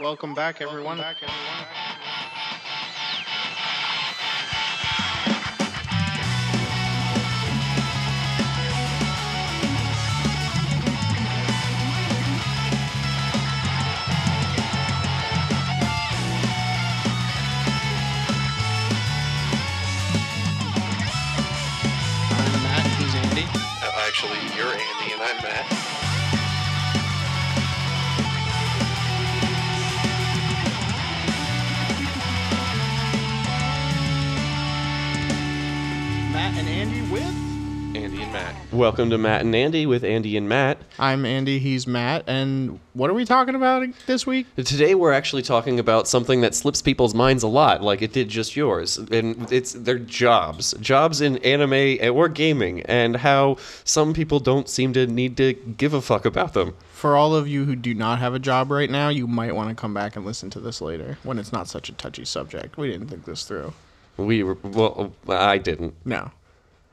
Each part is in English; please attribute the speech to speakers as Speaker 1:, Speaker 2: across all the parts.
Speaker 1: Welcome back, everyone. I'm Matt. He's Andy.
Speaker 2: Uh, Actually, you're Andy and I'm Matt.
Speaker 1: Matt and Andy with.
Speaker 2: Andy and Matt.
Speaker 3: Welcome to Matt and Andy with Andy and Matt.
Speaker 1: I'm Andy. He's Matt. And what are we talking about this week?
Speaker 3: Today we're actually talking about something that slips people's minds a lot, like it did just yours, and it's their jobs, jobs in anime eh, or gaming, and how some people don't seem to need to give a fuck about them.
Speaker 1: For all of you who do not have a job right now, you might want to come back and listen to this later when it's not such a touchy subject. We didn't think this through.
Speaker 3: We were, well, I didn't.
Speaker 1: No.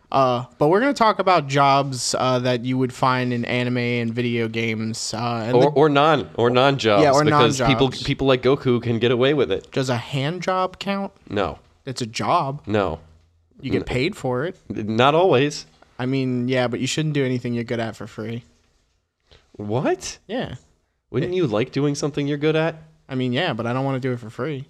Speaker 1: Uh, but we're going to talk about jobs uh, that you would find in anime and video games. Uh, and
Speaker 3: Or,
Speaker 1: the-
Speaker 3: or non or non jobs
Speaker 1: Yeah, or
Speaker 3: because people
Speaker 1: non-jobs.
Speaker 3: people like Goku can get away with it.
Speaker 1: does a hand job count?
Speaker 3: No,
Speaker 1: It's a job.
Speaker 3: no,
Speaker 1: You
Speaker 3: Mm.
Speaker 1: get paid for it.
Speaker 3: not always.
Speaker 1: I mean, yeah, but you shouldn't do anything you're good at for free.
Speaker 3: What?
Speaker 1: Yeah.
Speaker 3: Wouldn't you like doing something you're good at?
Speaker 1: I mean, yeah, but I don't want to do it for free.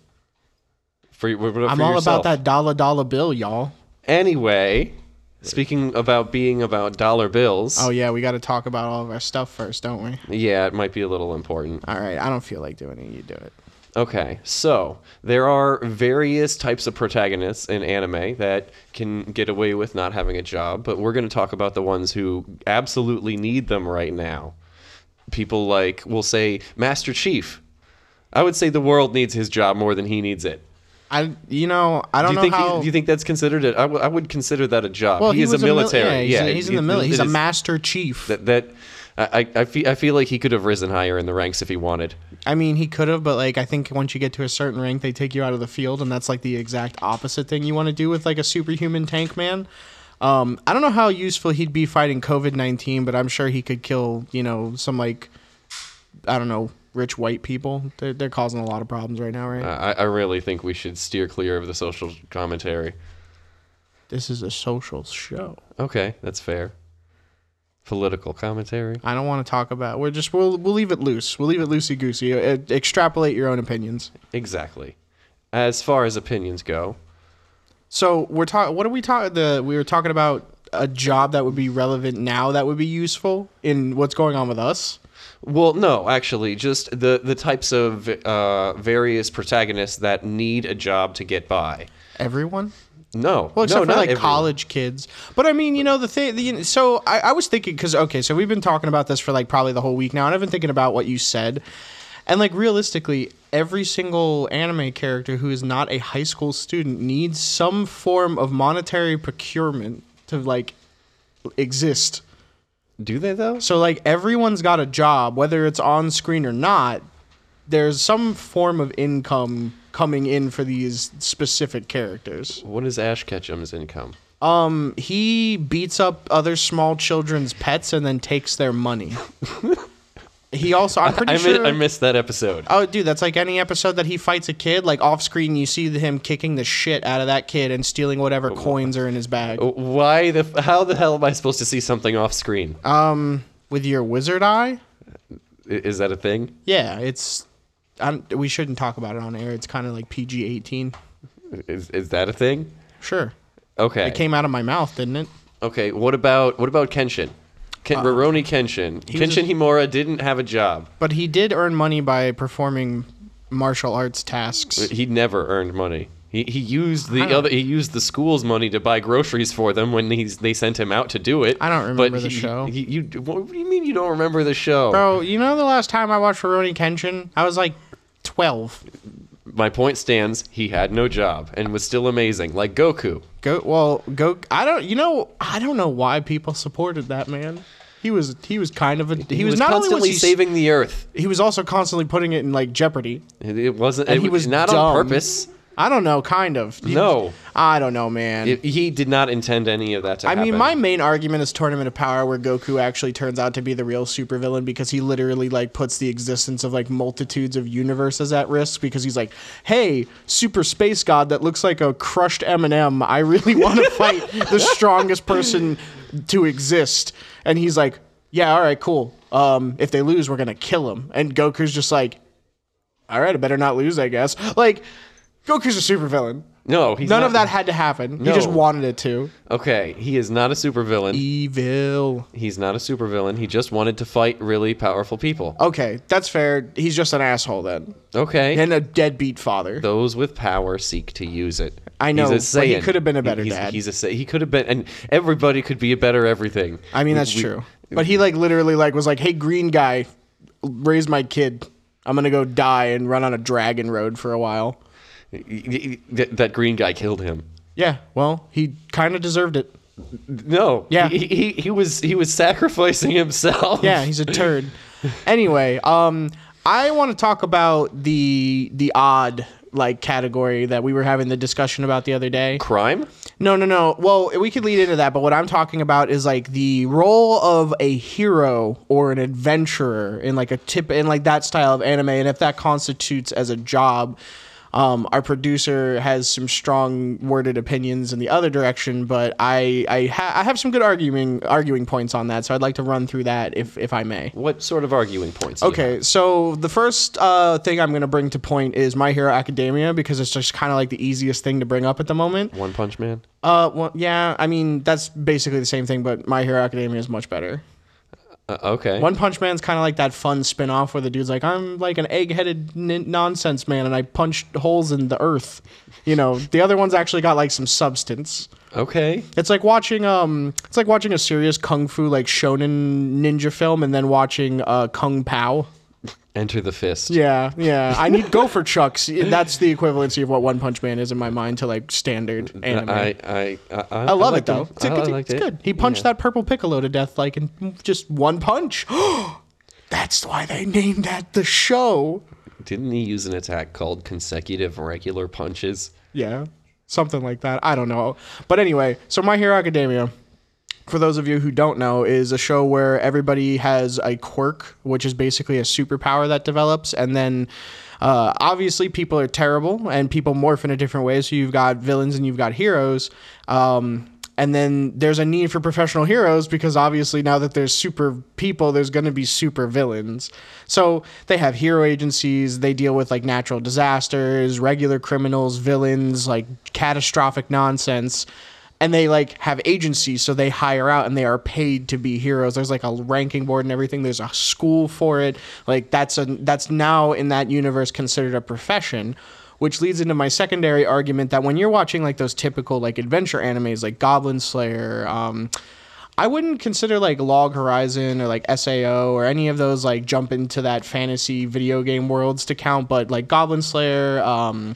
Speaker 3: For, for
Speaker 1: I'm all about that dollar dollar bill, y'all.
Speaker 3: Anyway, speaking about being about dollar bills.
Speaker 1: Oh yeah, we got to talk about all of our stuff first, don't we?
Speaker 3: yeah, it might be a little important.
Speaker 1: All right, I don't feel like doing it. You do it.
Speaker 3: Okay, so there are various types of protagonists in anime that can get away with not having a job, but we're going to talk about the ones who absolutely need them right now. People like, we'll say, Master Chief. I would say the world needs his job more than he needs it.
Speaker 1: I, you know, I
Speaker 3: Do
Speaker 1: don't
Speaker 3: you
Speaker 1: know
Speaker 3: think
Speaker 1: how.
Speaker 3: he, do you think that's considered it? I w- I would consider that a job.
Speaker 1: well,
Speaker 3: he, is a
Speaker 1: was mil-
Speaker 3: military.
Speaker 1: yeah,
Speaker 3: yeah,
Speaker 1: he's, he's
Speaker 3: it-
Speaker 1: in the military.
Speaker 3: it
Speaker 1: He's a
Speaker 3: is-
Speaker 1: master chief.
Speaker 3: that that I, I, feel, I feel like he could have risen higher in the ranks if he wanted.
Speaker 1: I mean, he could have, but like, I think once you get to a certain rank, they take you out of the field, and that's like the exact opposite thing you want to do with like a superhuman tank man. Um, I don't know how useful he'd be fighting COVID nineteen, but I'm sure he could kill, you know, some like, I don't know, rich white people. They're, they're causing a lot of problems right now, right?
Speaker 3: I, I really think we should steer clear of the social commentary.
Speaker 1: this is a social show.
Speaker 3: Okay, that's fair. Political commentary.
Speaker 1: I don't want to talk about. We're just we'll we'll leave it loose. We'll leave it loosey goosey. Extrapolate your own opinions.
Speaker 3: Exactly. As far as opinions go,
Speaker 1: So we're talking. What are we talking? The we were talking about a job that would be relevant now that would be useful in what's going on with us.
Speaker 3: well, no, actually, just the the types of uh, various protagonists that need a job to get by.
Speaker 1: Everyone.
Speaker 3: No,
Speaker 1: Well, except
Speaker 3: no,
Speaker 1: for
Speaker 3: not
Speaker 1: like
Speaker 3: everyone.
Speaker 1: college kids. But I mean, you know, the thing. The, so I, I was thinking because okay, so we've been talking about this for like probably the whole week now, and I've been thinking about what you said, and like realistically, every single anime character who is not a high school student needs some form of monetary procurement to like exist.
Speaker 3: Do they though?
Speaker 1: So like everyone's got a job, whether it's on screen or not. There's some form of income coming in for these specific characters.
Speaker 3: What is Ash Ketchum's income?
Speaker 1: He beats up other small children's pets and then takes their money. he also, I'm pretty
Speaker 3: I, mi-
Speaker 1: sure.
Speaker 3: I missed that episode.
Speaker 1: Oh, dude, that's like any episode that he fights a kid. Like off screen, you see him kicking the shit out of that kid and stealing whatever coins are in his bag
Speaker 3: Why the? f- How the hell am I supposed to see something off screen?
Speaker 1: Uh, with your wizard eye.
Speaker 3: I- Is that a thing?
Speaker 1: Yeah, it's. I'm, we shouldn't talk about it on air. It's kind of like PG 18.
Speaker 3: Is is that a thing?
Speaker 1: Sure.
Speaker 3: Okay.
Speaker 1: It came out of my mouth, didn't it?
Speaker 3: okay. What about what about Kenshin? Ken, Rurouni Kenshin.
Speaker 1: Uh, was
Speaker 3: Kenshin Himura didn't have a job.
Speaker 1: But he did earn money by performing martial arts tasks.
Speaker 3: He never earned money. He, he used the
Speaker 1: don't-
Speaker 3: other he used the school's money to buy groceries for them when he's they sent him out to do it.
Speaker 1: I don't remember
Speaker 3: but
Speaker 1: the
Speaker 3: he-
Speaker 1: show.
Speaker 3: he- you what do you mean you don't remember the show?
Speaker 1: Bro, you know the last time I watched Rurouni Kenshin? I was like 12.
Speaker 3: My point stands. He had no job and was still amazing, like Goku.
Speaker 1: Go well, go I don't you know I don't know why people supported that man. He was he was kind of a he, was, not only was
Speaker 3: constantly
Speaker 1: he, s-
Speaker 3: saving the earth.
Speaker 1: he was also constantly putting it in like jeopardy.
Speaker 3: It, it wasn't.
Speaker 1: And
Speaker 3: it
Speaker 1: he
Speaker 3: was
Speaker 1: was
Speaker 3: not
Speaker 1: dumb.
Speaker 3: on purpose.
Speaker 1: I don't know, kind of.
Speaker 3: No.
Speaker 1: I don't know, man.
Speaker 3: It- he did not intend any of that to
Speaker 1: I
Speaker 3: happen.
Speaker 1: mean, my main argument is Tournament of Power, where Goku actually turns out to be the real supervillain because he literally like puts the existence of like multitudes of universes at risk because he's like, "Hey, super space god that looks like a crushed M&M, I really want to fight the strongest person to exist," and he's like, "Yeah, all right, cool. Um, if they lose, we're gonna kill him." And Goku's just like, "All right, I better not lose, I guess." Like, Goku's a supervillain.
Speaker 3: no, he's
Speaker 1: None
Speaker 3: not-
Speaker 1: of that had to happen. He just
Speaker 3: No.
Speaker 1: wanted it to.
Speaker 3: Okay, he is not a supervillain.
Speaker 1: Evil.
Speaker 3: He's not a supervillain. He just wanted to fight really powerful people.
Speaker 1: Okay, that's fair. He's just an asshole then,
Speaker 3: Okay.
Speaker 1: and a deadbeat father.
Speaker 3: those with power seek to use it.
Speaker 1: I know,
Speaker 3: he's a
Speaker 1: but he
Speaker 3: Saiyan.
Speaker 1: could have been a better
Speaker 3: he's,
Speaker 1: dad.
Speaker 3: He's a Sai- he could have been, and everybody could be a better everything.
Speaker 1: I mean, that's
Speaker 3: We-
Speaker 1: true. But he like literally like was like, "Hey, green guy, raise my kid. I'm gonna go die and run on a dragon road for a while."
Speaker 3: That, that green guy killed him.
Speaker 1: Yeah, well, he kind of deserved it.
Speaker 3: No,
Speaker 1: Yeah.
Speaker 3: he, he he was he was sacrificing himself.
Speaker 1: Yeah, he's a turd. anyway, um, I want to talk about the the odd like category that we were having the discussion about the other day.
Speaker 3: crime.
Speaker 1: No, no, no. Well, we could lead into that, but what I'm talking about is like the role of a hero or an adventurer in like a tip in like that style of anime, and if that constitutes as a job. Um, our producer has some strong worded opinions in the other direction, but I I, ha- I have some good arguing arguing points on that, so I'd like to run through that if if I may.
Speaker 3: What sort of arguing points? do you
Speaker 1: Okay, so the first uh, thing I'm going to bring to point is My Hero Academia because it's just kind of like the easiest thing to bring up at the moment.
Speaker 3: have? One Punch Man.
Speaker 1: Uh, well, yeah. I mean, that's basically the same thing, but My Hero Academia is much better.
Speaker 3: Uh, okay.
Speaker 1: One Punch Man's kind of like that fun spin-off where the dude's like, "I'm like an egg-headed n- nonsense man, and I punched holes in the earth." You know, the other one's actually got like some substance.
Speaker 3: okay.
Speaker 1: It's like watching um, it's like watching a serious kung fu like shonen ninja film, and then watching uh Kung Pao.
Speaker 3: Enter the fist.
Speaker 1: Yeah, yeah. I need Gopher Chucks. That's the equivalency of what One Punch Man is in my mind to like standard anime.
Speaker 3: I I I, I,
Speaker 1: I love it
Speaker 3: liked
Speaker 1: though.
Speaker 3: him.
Speaker 1: It's, a
Speaker 3: I,
Speaker 1: good-
Speaker 3: I liked
Speaker 1: it's
Speaker 3: it.
Speaker 1: good. He punched that purple piccolo to death like in just one punch. That's why they named that the show.
Speaker 3: Didn't he use an attack called consecutive regular punches?
Speaker 1: Yeah, something like that. I don't know. But anyway, so My Hero Academia, for those of you who don't know, is a show where everybody has a quirk, which is basically a superpower that develops. And then uh, obviously people are terrible and people morph in a different way. So you've got villains and you've got heroes. Um, and then there's a need for professional heroes because obviously now that there's super people, there's going to be super villains. So they have hero agencies. They deal with like natural disasters, regular criminals, villains, like catastrophic nonsense. And they like have agencies, so they hire out and they are paid to be heroes. There's like a ranking board and everything. There's a school for it. Like that's a that's now in that universe considered a profession which leads into my secondary argument that when you're watching like those typical like adventure animes like Goblin Slayer, um, I wouldn't consider like Log Horizon or like SAO or any of those like jump into that fantasy video game worlds to count, but like Goblin Slayer, um,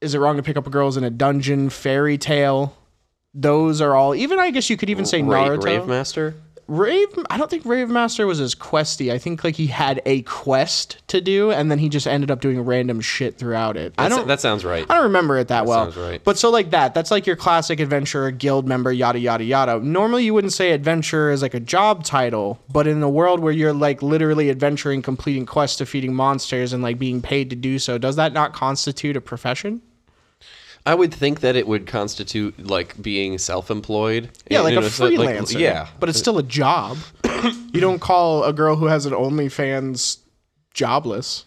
Speaker 1: is it wrong to pick up girls in a dungeon? Fairy Tale. Those are all. Even I guess you could even say
Speaker 3: Ra-
Speaker 1: Naruto.
Speaker 3: Rave Master.
Speaker 1: Rave, I don't think Rave Master was as questy. I think like he had a quest to do, and then he just ended up doing random shit throughout it. I
Speaker 3: That's-
Speaker 1: don't.
Speaker 3: That sounds right.
Speaker 1: I don't remember it that, well.
Speaker 3: sounds right.
Speaker 1: But so like that, that's like your classic adventurer guild member, yada yada yada. Normally you wouldn't say adventurer is like a job title, but in the world where you're like literally adventuring, completing quests, defeating monsters, and like being paid to do so, does that not constitute a profession?
Speaker 3: I would think that it would constitute like being self-employed.
Speaker 1: Yeah, like
Speaker 3: You
Speaker 1: a
Speaker 3: know, so, like,
Speaker 1: freelancer.
Speaker 3: yeah,
Speaker 1: but it's still a job. you don't call a girl who has an OnlyFans jobless.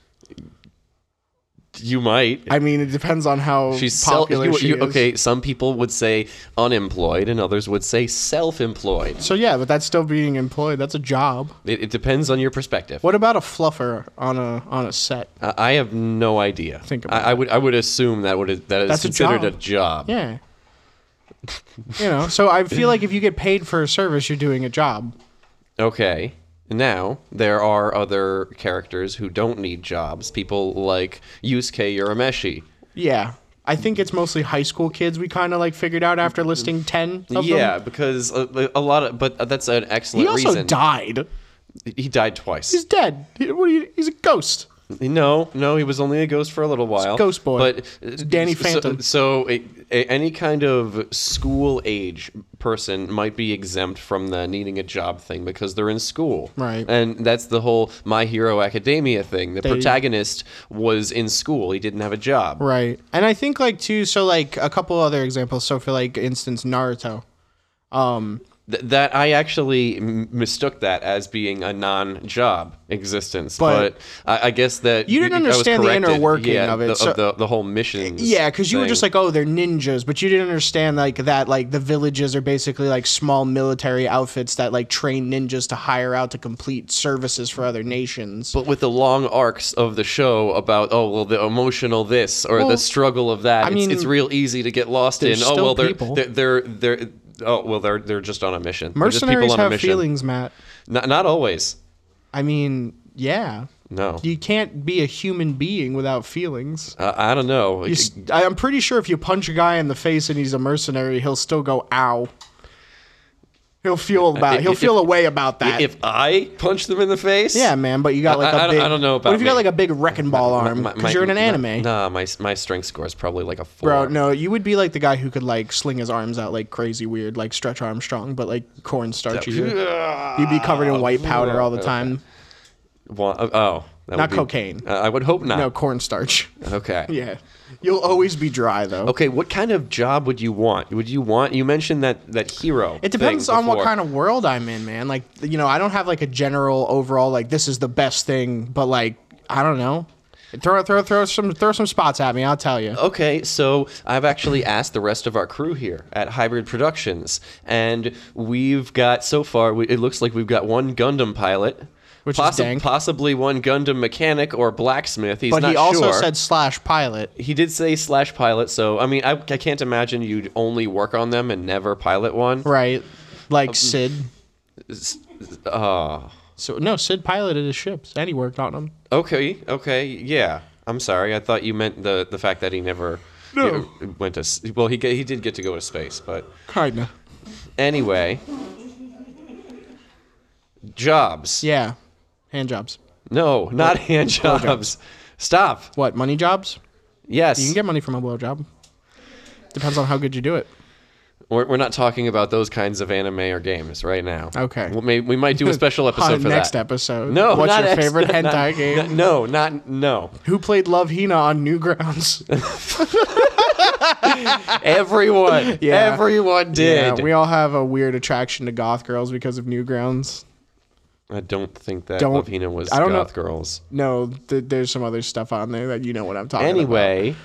Speaker 3: you might.
Speaker 1: I mean, it depends on how
Speaker 3: She's self.
Speaker 1: popular
Speaker 3: You,
Speaker 1: she
Speaker 3: you,
Speaker 1: is.
Speaker 3: okay, some people would say unemployed, and others would say self-employed.
Speaker 1: So yeah, but that's still being employed. That's a job.
Speaker 3: It, it depends on your perspective.
Speaker 1: What about a fluffer on a on a set?
Speaker 3: I, I have no idea.
Speaker 1: Think about
Speaker 3: I, I would. I would assume that would that is
Speaker 1: That's a
Speaker 3: considered a
Speaker 1: job.
Speaker 3: job.
Speaker 1: Yeah. you know, so I feel like if you get paid for a service, you're doing a job.
Speaker 3: Okay. Now there are other characters who don't need jobs. People like Yusuke Urameshi.
Speaker 1: Yeah. I think it's mostly high school kids we kind of like figured out after listing 10 of
Speaker 3: yeah,
Speaker 1: them.
Speaker 3: because a, a lot of but that's an
Speaker 1: He
Speaker 3: excellent
Speaker 1: also
Speaker 3: reason.
Speaker 1: died.
Speaker 3: he died twice.
Speaker 1: He's dead. He- what are you, he's a ghost.
Speaker 3: No, no, he was only a ghost for a little while.
Speaker 1: Ghost Boy.
Speaker 3: but
Speaker 1: It's Danny
Speaker 3: so-
Speaker 1: Phantom.
Speaker 3: So, a- a- any kind of school age person might be exempt from the needing a job thing because they're in school,
Speaker 1: Right.
Speaker 3: And that's the whole My Hero Academia thing. The
Speaker 1: They-
Speaker 3: protagonist was in school; he didn't have a job.
Speaker 1: Right. And I think like too so like a couple other examples. So for like instance Naruto.
Speaker 3: Th- that I actually m- mistook that as being a non-job existence,
Speaker 1: But-
Speaker 3: but, I, I guess that
Speaker 1: You didn't
Speaker 3: I was
Speaker 1: understand the inner
Speaker 3: corrected.
Speaker 1: working
Speaker 3: Yeah,
Speaker 1: of it,
Speaker 3: the,
Speaker 1: so-
Speaker 3: the, the whole mission.
Speaker 1: Yeah, cuz you were just like, "Oh, they're ninjas," but you didn't understand like that like the villages are basically like small military outfits that like train ninjas to hire out to complete services for other nations.
Speaker 3: but with the long arcs of the show about oh well the emotional this or
Speaker 1: Well,
Speaker 3: the struggle of that
Speaker 1: I
Speaker 3: it's,
Speaker 1: mean,
Speaker 3: it's real easy to get lost in
Speaker 1: there's
Speaker 3: oh
Speaker 1: still
Speaker 3: well they're,
Speaker 1: people.
Speaker 3: they're they're they're oh well they're they're just on a mission They're just people
Speaker 1: Mercenaries
Speaker 3: on a
Speaker 1: have
Speaker 3: mission.
Speaker 1: feelings, Matt.
Speaker 3: not, not always
Speaker 1: I mean, yeah.
Speaker 3: no
Speaker 1: You can't be a human being without feelings.
Speaker 3: I, I don't know
Speaker 1: You s- I- I'm pretty sure if you punch a guy in the face and he's a mercenary, he'll still go ow. He'll feel about. He'll
Speaker 3: If-
Speaker 1: feel a way about that.
Speaker 3: if I punch them in the face
Speaker 1: yeah, man. But you got like a
Speaker 3: I- I don't-
Speaker 1: big.
Speaker 3: I don't know about
Speaker 1: What if you got
Speaker 3: me.
Speaker 1: like a big wrecking ball arm?
Speaker 3: my- my-
Speaker 1: Because you're in an
Speaker 3: my-
Speaker 1: anime,
Speaker 3: nah my my strength score is probably like a four
Speaker 1: bro. No, you would be like the guy who could like sling his arms out like crazy weird, like Stretch Armstrong, but like cornstarch. You'd you'd be covered
Speaker 3: Ah,
Speaker 1: in white powder all the time.
Speaker 3: Wa- oh that
Speaker 1: Not
Speaker 3: would be-
Speaker 1: cocaine.
Speaker 3: uh, I would hope not
Speaker 1: No cornstarch.
Speaker 3: okay
Speaker 1: Yeah, you'll always be dry though.
Speaker 3: Okay, what kind of job would you want? Would you want? You mentioned that that hero.
Speaker 1: It depends on what kind of world I'm in, man. Like, you know, I don't have like a general overall like this is the best thing, but like I don't know. Throw throw throw some throw some spots at me. I'll tell you.
Speaker 3: Okay, so I've actually asked the rest of our crew here at Hybrid Productions, and we've got so far. We, it looks like we've got one Gundam pilot,
Speaker 1: Which is dank.
Speaker 3: possibly one Gundam mechanic or blacksmith. He's
Speaker 1: but
Speaker 3: not
Speaker 1: he also
Speaker 3: sure.
Speaker 1: said slash pilot.
Speaker 3: he did say slash pilot. So I mean, I, I can't imagine you'd only work on them and never pilot one.
Speaker 1: Right. Like Sid.
Speaker 3: Um, Uh,
Speaker 1: So no, Sid piloted his ships and he worked on them.
Speaker 3: Okay, okay, yeah. I'm sorry. I thought you meant the the fact that he never
Speaker 1: No.
Speaker 3: you know, went to s- well. He ge- he did get to go to space, but
Speaker 1: Kinda.
Speaker 3: anyway. Jobs?
Speaker 1: Yeah. Hand jobs.
Speaker 3: No, not hand jobs. Stop.
Speaker 1: What? Money jobs?
Speaker 3: Yes.
Speaker 1: You can get money from a blow job. Depends on how good you do it.
Speaker 3: we're, we're not talking about those kinds of anime or games right now.
Speaker 1: Okay.
Speaker 3: We may, we might do a special episode for
Speaker 1: next
Speaker 3: that.
Speaker 1: episode.
Speaker 3: No,
Speaker 1: What's
Speaker 3: not
Speaker 1: your
Speaker 3: ex-
Speaker 1: favorite
Speaker 3: not-
Speaker 1: hentai game?
Speaker 3: not- No, not no.
Speaker 1: Who played Love Hina on Newgrounds?
Speaker 3: Everyone,
Speaker 1: Yeah.
Speaker 3: everyone did.
Speaker 1: we all have a weird attraction to goth girls because of Newgrounds.
Speaker 3: I don't think that
Speaker 1: Don't-
Speaker 3: Lavina was
Speaker 1: I don't know-
Speaker 3: Goth Girls.
Speaker 1: No, th- there's some other stuff on there that you know what I'm talking about.
Speaker 3: Anyway,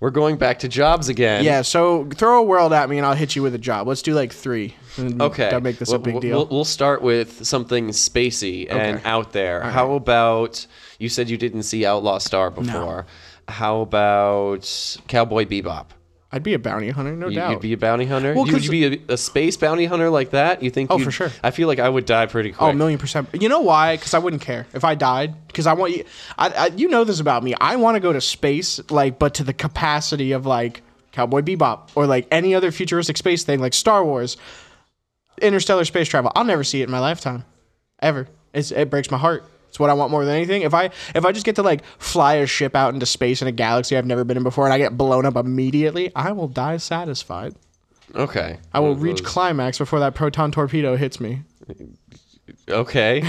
Speaker 3: we're going back to jobs again.
Speaker 1: Yeah, so throw a world at me and I'll hit you with a job. Let's do like three. and
Speaker 3: Okay.
Speaker 1: Don't make this a
Speaker 3: We'll-
Speaker 1: big
Speaker 3: we'll-
Speaker 1: deal.
Speaker 3: We'll, we'll start with something spacey and
Speaker 1: Okay.
Speaker 3: out there. How about you said you didn't see Outlaw Star before? How about Cowboy Bebop?
Speaker 1: I'd be a bounty hunter, no
Speaker 3: You,
Speaker 1: doubt.
Speaker 3: would be a bounty hunter.
Speaker 1: Well,
Speaker 3: you, would
Speaker 1: 'cause-
Speaker 3: you be a, a space bounty hunter like that? You think?
Speaker 1: Oh,
Speaker 3: you'd-
Speaker 1: for sure.
Speaker 3: I feel like I would die pretty quick.
Speaker 1: Oh, a million percent. You know why? Because I wouldn't care if I died. Because I want you. I, I, you know this about me. I want to go to space, like, but to the capacity of like Cowboy Bebop or like any other futuristic space thing, like Star Wars, interstellar space travel. I'll never see it in my lifetime, ever. It's, it breaks my heart. It's what I want more than anything. If I if I just get to like fly a ship out into space in a galaxy I've never been in before, and I get blown up immediately, I will die satisfied.
Speaker 3: Okay.
Speaker 1: I will
Speaker 3: One of
Speaker 1: reach
Speaker 3: those-
Speaker 1: climax before that proton torpedo hits me.
Speaker 3: Okay.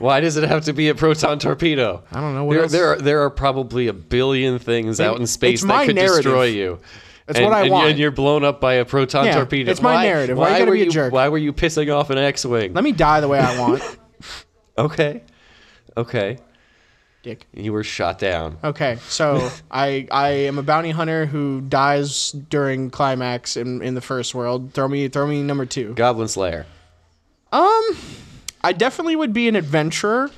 Speaker 3: Why does it have to be a proton torpedo?
Speaker 1: I don't know what
Speaker 3: there,
Speaker 1: else-
Speaker 3: there are there are probably a billion things out in space
Speaker 1: it's my
Speaker 3: that could
Speaker 1: narrative.
Speaker 3: destroy you.
Speaker 1: That's
Speaker 3: and,
Speaker 1: what I
Speaker 3: and,
Speaker 1: want.
Speaker 3: And you're blown up by a proton
Speaker 1: Yeah,
Speaker 3: torpedo.
Speaker 1: it's my narrative. Why you gotta
Speaker 3: were
Speaker 1: be a jerk?
Speaker 3: Why were you pissing off an X-wing?
Speaker 1: Let me die the way I want,
Speaker 3: okay. Okay.
Speaker 1: Dick.
Speaker 3: You were shot down.
Speaker 1: Okay, so I I am a bounty hunter who dies during climax in, in the first world. Throw me throw me number two. Um,
Speaker 3: Goblin Slayer.
Speaker 1: I definitely would be an adventurer,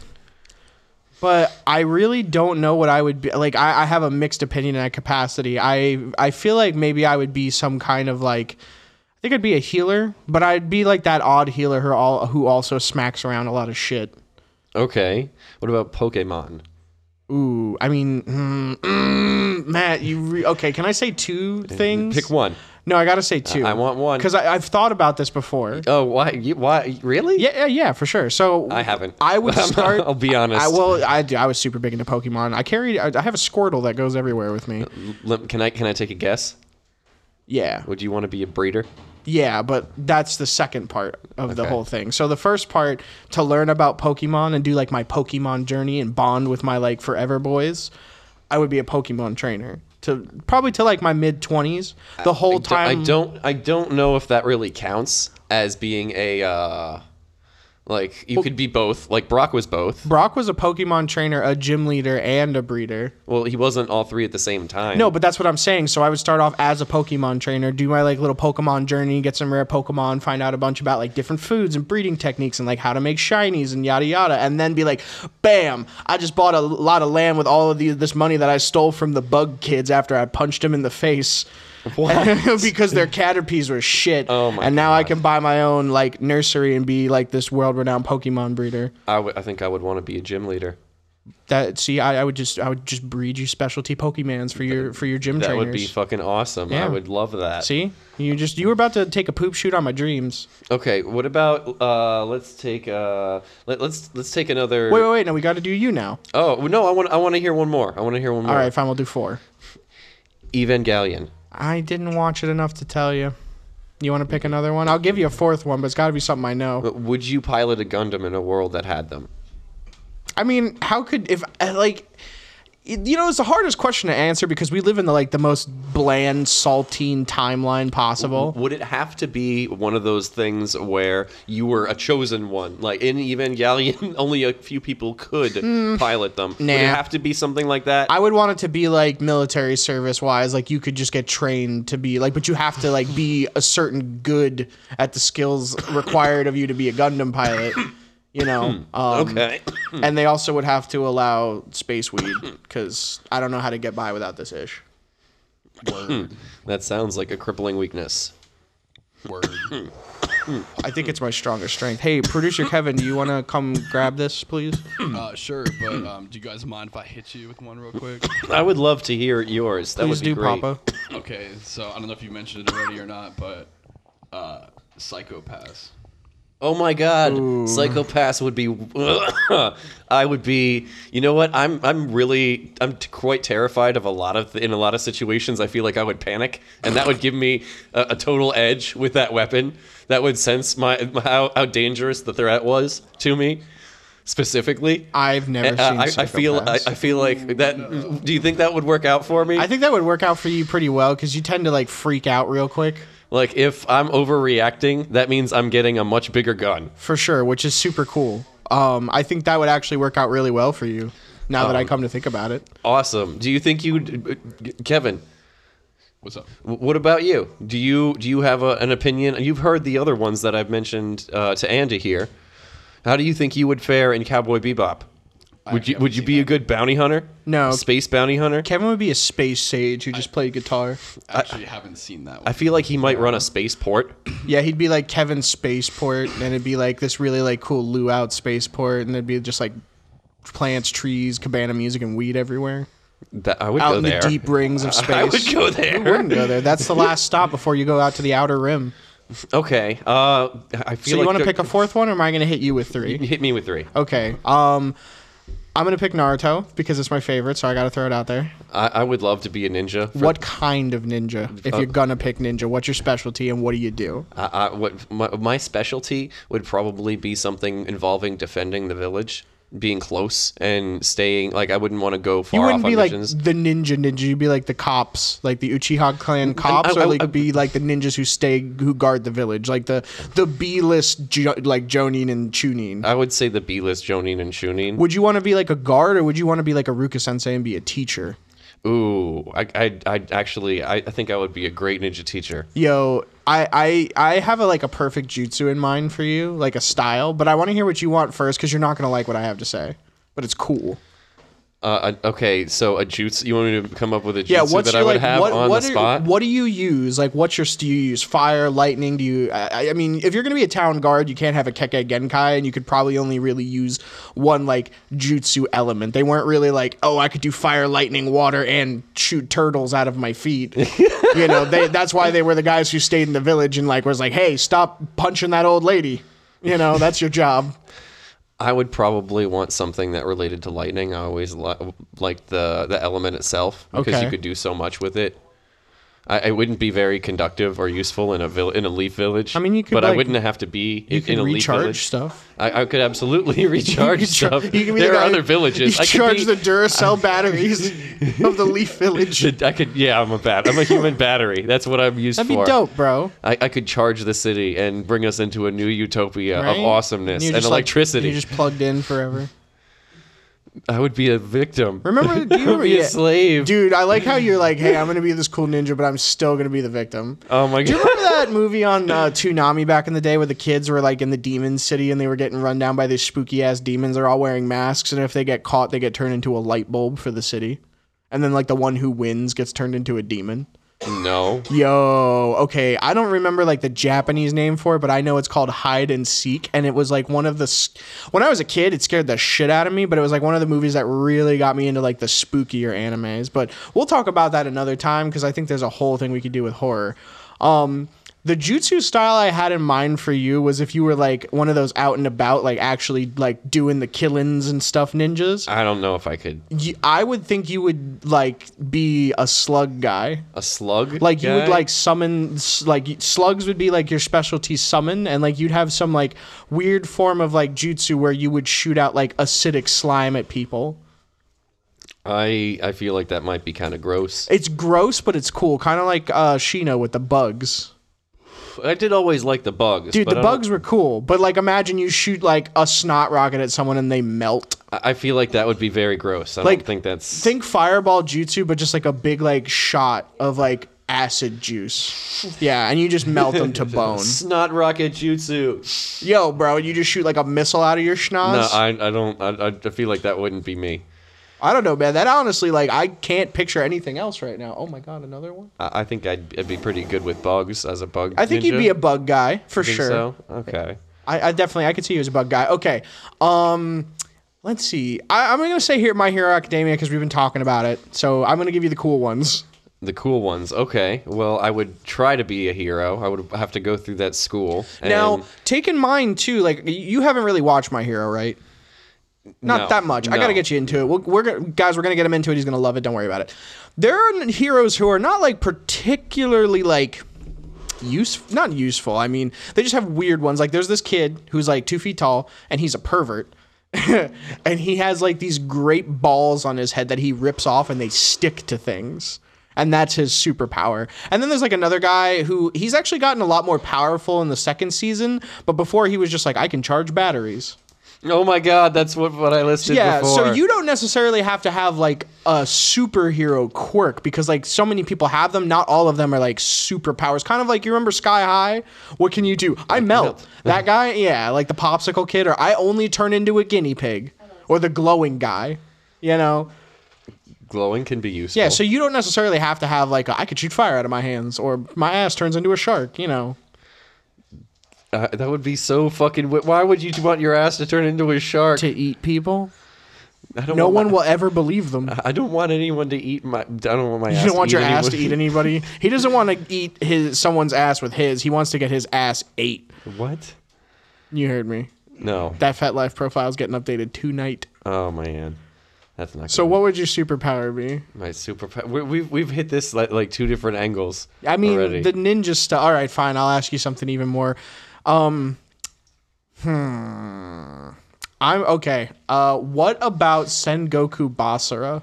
Speaker 1: but I really don't know what I would be like. I, I have a mixed opinion in that capacity. I I feel like maybe I would be some kind of like I think I'd be a healer, but I'd be like that odd healer who all who also smacks around a lot of shit.
Speaker 3: Okay. What about Pokemon?
Speaker 1: Ooh, I mean, mm, mm, Matt, you re- okay? Can I say two things?
Speaker 3: Pick one.
Speaker 1: No, I gotta say two.
Speaker 3: I want one.
Speaker 1: because I've thought about this before.
Speaker 3: Oh, why? You, why? Really?
Speaker 1: Yeah, yeah, yeah, for sure. So
Speaker 3: I haven't.
Speaker 1: I would start.
Speaker 3: I'll be honest.
Speaker 1: I, well, I do- I was super big into Pokemon. I carried. I, I have a Squirtle that goes everywhere with
Speaker 3: Uh,
Speaker 1: me.
Speaker 3: Lem- Can I? Can I take a guess?
Speaker 1: Yeah,
Speaker 3: Would you want to be a breeder?
Speaker 1: yeah, but that's the second part of the
Speaker 3: Okay.
Speaker 1: whole thing. So the first part to learn about Pokemon and do like my Pokemon journey and bond with my like forever boys, I would be a Pokemon trainer to probably to like my mid twenties. The whole
Speaker 3: I
Speaker 1: time
Speaker 3: don't- I don't. I don't know if that really counts as being a. Uh, like you could be both. Like Brock was both.
Speaker 1: Brock was a Pokemon trainer, a gym leader, and a breeder.
Speaker 3: Well, he wasn't all three at the same time.
Speaker 1: No, but that's what I'm saying. So I would start off as a Pokemon trainer, do my like little Pokemon journey, get some rare Pokemon, find out a bunch about like different foods and breeding techniques and like how to make shinies and yada yada, and then be like, bam! I just bought a lot of land with all of the, this money that I stole from the bug kids after I punched them in the face. because their caterpies were shit,
Speaker 3: Oh my
Speaker 1: and now I
Speaker 3: God.
Speaker 1: can buy my own like nursery and be like this world-renowned Pokemon breeder.
Speaker 3: I, w- I think I would want to be a gym leader.
Speaker 1: That see, I, I would just I would just breed you specialty Pokemons for your for your gym
Speaker 3: That
Speaker 1: trainers.
Speaker 3: would be fucking awesome.
Speaker 1: Yeah.
Speaker 3: I would love that.
Speaker 1: See, you just you were about to take a poop shoot on my dreams.
Speaker 3: Okay, what about uh let's take uh let, let's let's take another
Speaker 1: Wait, wait, wait. No, we got to do you now.
Speaker 3: Oh, no, I want I want to hear one more. I want to hear one more.
Speaker 1: All right, fine. We'll do four.
Speaker 3: Evangelion.
Speaker 1: I didn't watch it enough to tell you. You want to pick another one? I'll give you a fourth one, but it's got to be something I know.
Speaker 3: But Would you pilot a Gundam in a world that had them?
Speaker 1: I mean, how could if uh, like. it- You know, it's the hardest question to answer because we live in the like the most bland, saltine timeline possible.
Speaker 3: Would it have to be one of those things where you were a chosen one? Like in Evangelion, only a few people could pilot them. Would
Speaker 1: Hmm. Nah.
Speaker 3: it have to be something like that?
Speaker 1: I would want it to be like military service wise, like you could just get trained to be like, but you have to like be a certain good at the skills required of you to be a Gundam pilot. You know, um,
Speaker 3: Hmm. okay. Hmm.
Speaker 1: and they also would have to allow space weed because I don't know how to get by without this ish.
Speaker 3: that sounds like a crippling weakness.
Speaker 1: I think it's my strongest strength. Hey, producer Kevin, do you want to come grab this, please?
Speaker 4: Uh, sure, but um, do you guys mind if I hit you with one real quick?
Speaker 3: I would love to hear yours. That
Speaker 1: Please
Speaker 3: would
Speaker 1: do,
Speaker 3: be great.
Speaker 1: Papa.
Speaker 4: okay, so I don't know if you mentioned it already or not, but uh, psychopaths.
Speaker 3: Oh my god, psychopaths would be. I would be. You know what? I'm. I'm really. I'm t- quite terrified of a lot of in a lot of situations. I feel like I would panic, and that would give me a, a total edge with that weapon. That would sense my how, how dangerous the threat was to me, specifically.
Speaker 1: I've never
Speaker 3: Uh,
Speaker 1: seen.
Speaker 3: I, I feel. I, I feel like that. Do you think that would work out for me?
Speaker 1: I think that would work out for you pretty well because you tend to like freak out real quick,
Speaker 3: like if I'm overreacting, that means I'm getting a much bigger gun.
Speaker 1: for sure, which is super cool. Um, I think that would actually work out really well for you. Now that I
Speaker 3: Um,
Speaker 1: come to think about it,
Speaker 3: Awesome. Do you think you, would Kevin?
Speaker 4: What's up?
Speaker 3: W- What about you? Do you do you have a, an opinion? You've heard the other ones that I've mentioned uh, to Andy here. How do you think you would fare in Cowboy Bebop? Would you
Speaker 4: haven't
Speaker 3: would you
Speaker 4: seen
Speaker 3: be a good bounty hunter?
Speaker 1: No.
Speaker 3: space bounty hunter.
Speaker 1: Kevin would be a space sage who just played guitar.
Speaker 4: I actually haven't seen that
Speaker 3: I
Speaker 4: one.
Speaker 3: feel like he might run a spaceport.
Speaker 1: Yeah, he'd be like Kevin Spaceport, and it'd be like this really like cool luau spaceport, and it'd be just like plants, trees, cabana music, and weed everywhere
Speaker 3: That I would
Speaker 1: out
Speaker 3: go
Speaker 1: in
Speaker 3: there.
Speaker 1: the deep rings of space.
Speaker 3: I would go there.
Speaker 1: Wouldn't go there. That's the last stop before you go out to the outer rim.
Speaker 3: Okay. Uh, I
Speaker 1: So
Speaker 3: feel like
Speaker 1: you want to
Speaker 3: the-
Speaker 1: pick a fourth one, or am I going to hit you with
Speaker 3: you
Speaker 1: three?
Speaker 3: can Hit me with three.
Speaker 1: Okay. Um, I'm going to pick Naruto because it's my favorite, so I got to throw it out there.
Speaker 3: I, I would love to be a ninja. for-
Speaker 1: What kind of ninja? If
Speaker 3: Uh,
Speaker 1: you're gonna pick ninja, what's your specialty, and what do you do?
Speaker 3: I, I, what my, my specialty would probably be something involving defending the village, being close and staying. Like I wouldn't want to go far
Speaker 1: You wouldn't
Speaker 3: off on
Speaker 1: be like
Speaker 3: missions.
Speaker 1: the ninja ninja. You'd be like the cops, like the Uchiha clan cops,
Speaker 3: I-
Speaker 1: or like
Speaker 3: I-
Speaker 1: be like the ninjas who stay, who guard the village, like the the B list, jo- like Jonin and Chunin.
Speaker 3: I would say the B list Jonin and Shunin.
Speaker 1: would you want to be like a guard, or would you want to be like a Ruka sensei and be a teacher?
Speaker 3: Ooh, I, I, I actually, I, I think I would be a great ninja teacher.
Speaker 1: Yo, I I I have a like a perfect jutsu in mind for you, like a style, but I want to hear what you want first because you're not gonna like what I have to say, but it's cool.
Speaker 3: Uh, a- okay, so a jutsu. You want me to come up with a jutsu
Speaker 1: Yeah, what's
Speaker 3: that
Speaker 1: your,
Speaker 3: I would
Speaker 1: like,
Speaker 3: have
Speaker 1: what,
Speaker 3: on
Speaker 1: what
Speaker 3: the
Speaker 1: are-
Speaker 3: spot?
Speaker 1: what do you use? Like, what's your do you use fire, lightning? Do you? I, I mean, if you're gonna be a town guard, you can't have a Kekkei Genkai, and you could probably only really use one like jutsu element. They weren't really like, oh, I could do fire, lightning, water, and shoot turtles out of my feet. you know, they, that's why they were the guys who stayed in the village and like was like, hey, stop punching that old lady. You know, that's your job.
Speaker 3: I would probably want something that related to lightning. I always li- like the the element itself because
Speaker 1: Okay.
Speaker 3: you could do so much with it. I, it wouldn't be very conductive or useful in a vill- in a leaf village.
Speaker 1: I mean, you could,
Speaker 3: but I
Speaker 1: like-
Speaker 3: wouldn't have to be
Speaker 1: You
Speaker 3: in,
Speaker 1: can
Speaker 3: in a leaf
Speaker 1: recharge
Speaker 3: village.
Speaker 1: stuff.
Speaker 3: I, I could absolutely recharge
Speaker 1: char-
Speaker 3: stuff.
Speaker 1: you can be
Speaker 3: there
Speaker 1: the
Speaker 3: are
Speaker 1: guy-
Speaker 3: other villages.
Speaker 1: You
Speaker 3: I could
Speaker 1: charge
Speaker 3: be-
Speaker 1: the Duracell batteries of the Leaf Village.
Speaker 3: Should- I could, yeah, I'm a bat. I'm a human battery. That's what I'm used
Speaker 1: That'd
Speaker 3: for.
Speaker 1: be dope, bro.
Speaker 3: I, I could charge the city and bring us into a new utopia
Speaker 1: Right?
Speaker 3: of awesomeness
Speaker 1: you're
Speaker 3: and,
Speaker 1: just, like,
Speaker 3: electricity.
Speaker 1: you're just plugged in forever.
Speaker 3: I would be a victim.
Speaker 1: Remember, do you
Speaker 3: I would
Speaker 1: remember,
Speaker 3: be a
Speaker 1: yeah.
Speaker 3: slave.
Speaker 1: dude? I like how you're like, hey, I'm gonna be this cool ninja, but I'm still gonna be the victim.
Speaker 3: Oh my
Speaker 1: Do you
Speaker 3: god.
Speaker 1: remember that movie on uh, Toonami back in the day where the kids were like in the demon city and they were getting run down by these spooky ass demons? They're all wearing masks, and if they get caught, they get turned into a light bulb for the city. And then like the one who wins gets turned into a demon.
Speaker 3: No.
Speaker 1: Yo, okay. I don't remember like the Japanese name for it, but I know it's called Hide and Seek, and it was like one of the. s- When I was a kid, it scared the shit out of me, but it was like one of the movies that really got me into like the spookier animes. But we'll talk about that another time because I think there's a whole thing we could do with horror. Um, the jutsu style I had in mind for you was if you were like one of those out and about, like actually like doing the killings and stuff ninjas.
Speaker 3: I don't know if I could.
Speaker 1: You, I would think you would like be a slug guy.
Speaker 3: A slug?
Speaker 1: Like you would
Speaker 3: guy?
Speaker 1: like summon s- like slugs would be like your specialty summon, and like you'd have some like weird form of like jutsu where you would shoot out like acidic slime at people.
Speaker 3: I I feel like that might be kind of gross.
Speaker 1: It's gross, but it's cool. Kind of like uh, Shino with the bugs.
Speaker 3: I did always like the bugs.
Speaker 1: Dude,
Speaker 3: but
Speaker 1: the
Speaker 3: I don't-
Speaker 1: bugs were cool, but like imagine you shoot like a snot rocket at someone and they melt.
Speaker 3: I I feel like that would be very gross. I
Speaker 1: Like,
Speaker 3: don't think that's.
Speaker 1: Think fireball jutsu, but just like a big like shot of like acid juice. Yeah, and you just melt them to bone.
Speaker 3: Snot rocket jutsu.
Speaker 1: Yo, bro, you just shoot like a missile out of your schnoz.
Speaker 3: No, I, I don't. I, I feel like that wouldn't be me.
Speaker 1: I don't know, man. That honestly, like, I can't picture anything else right now. Oh my god, another one.
Speaker 3: I, I think I'd, I'd be pretty good with bugs as a bug.
Speaker 1: I think you'd
Speaker 3: ninja.
Speaker 1: be a bug guy for
Speaker 3: Think
Speaker 1: sure.
Speaker 3: So? Okay.
Speaker 1: I, I definitely, I could see you as a bug guy. Okay, um, let's see. I, I'm gonna say here My Hero Academia because we've been talking about it. So I'm gonna give you the cool ones.
Speaker 3: The cool ones. Okay. Well, I would try to be a hero. I would have to go through that school. and-
Speaker 1: now, take in mind too, like y- you haven't really watched My Hero, right? Not
Speaker 3: No,
Speaker 1: that much. I gotta
Speaker 3: no.
Speaker 1: get you into it. We'll, we're gonna, guys, we're gonna get him into it. He's gonna love it. Don't worry about it. There are n- heroes who are not like particularly like useful. Not useful. I mean, they just have weird ones. Like there's this kid who's like two feet tall and he's a pervert. and he has like these great balls on his head that he rips off and they stick to things. And that's his superpower. And then there's like another guy who he's actually gotten a lot more powerful in the second season, but before he was just like, I can charge batteries
Speaker 3: oh my God, that's what, what I listed
Speaker 1: yeah
Speaker 3: before.
Speaker 1: so you don't necessarily have to have like a superhero quirk because like so many people have them not all of them are like superpowers kind of like you remember sky high what can you do i melt, that guy yeah like the popsicle kid or i only turn into a guinea pig or the glowing guy you know
Speaker 3: glowing can be useful.
Speaker 1: yeah so you don't necessarily have to have like a, i could shoot fire out of my hands or my ass turns into a shark you know
Speaker 3: Uh, that would be so fucking. Wi- Why would you want your ass to turn into a shark?
Speaker 1: to eat people
Speaker 3: I don't
Speaker 1: no
Speaker 3: want
Speaker 1: one
Speaker 3: my-
Speaker 1: will ever believe them
Speaker 3: I don't want anyone to eat my. I don't want my.
Speaker 1: You
Speaker 3: ass
Speaker 1: don't want
Speaker 3: to
Speaker 1: your
Speaker 3: eat
Speaker 1: ass to eat
Speaker 3: anyone.
Speaker 1: anybody. He doesn't want to eat his someone's ass with his. He wants to get his ass ate.
Speaker 3: What?
Speaker 1: You heard me.
Speaker 3: No.
Speaker 1: That Fat Life profile is getting updated tonight.
Speaker 3: oh man, that's not.
Speaker 1: So
Speaker 3: good.
Speaker 1: what would your superpower be?
Speaker 3: My superpower. We, we've we've hit this like, like two different angles.
Speaker 1: I mean,
Speaker 3: already.
Speaker 1: the ninja stuff. All right, fine. I'll ask you something even more. Um, hmm. I'm okay. Uh, what about Sen Goku Basara?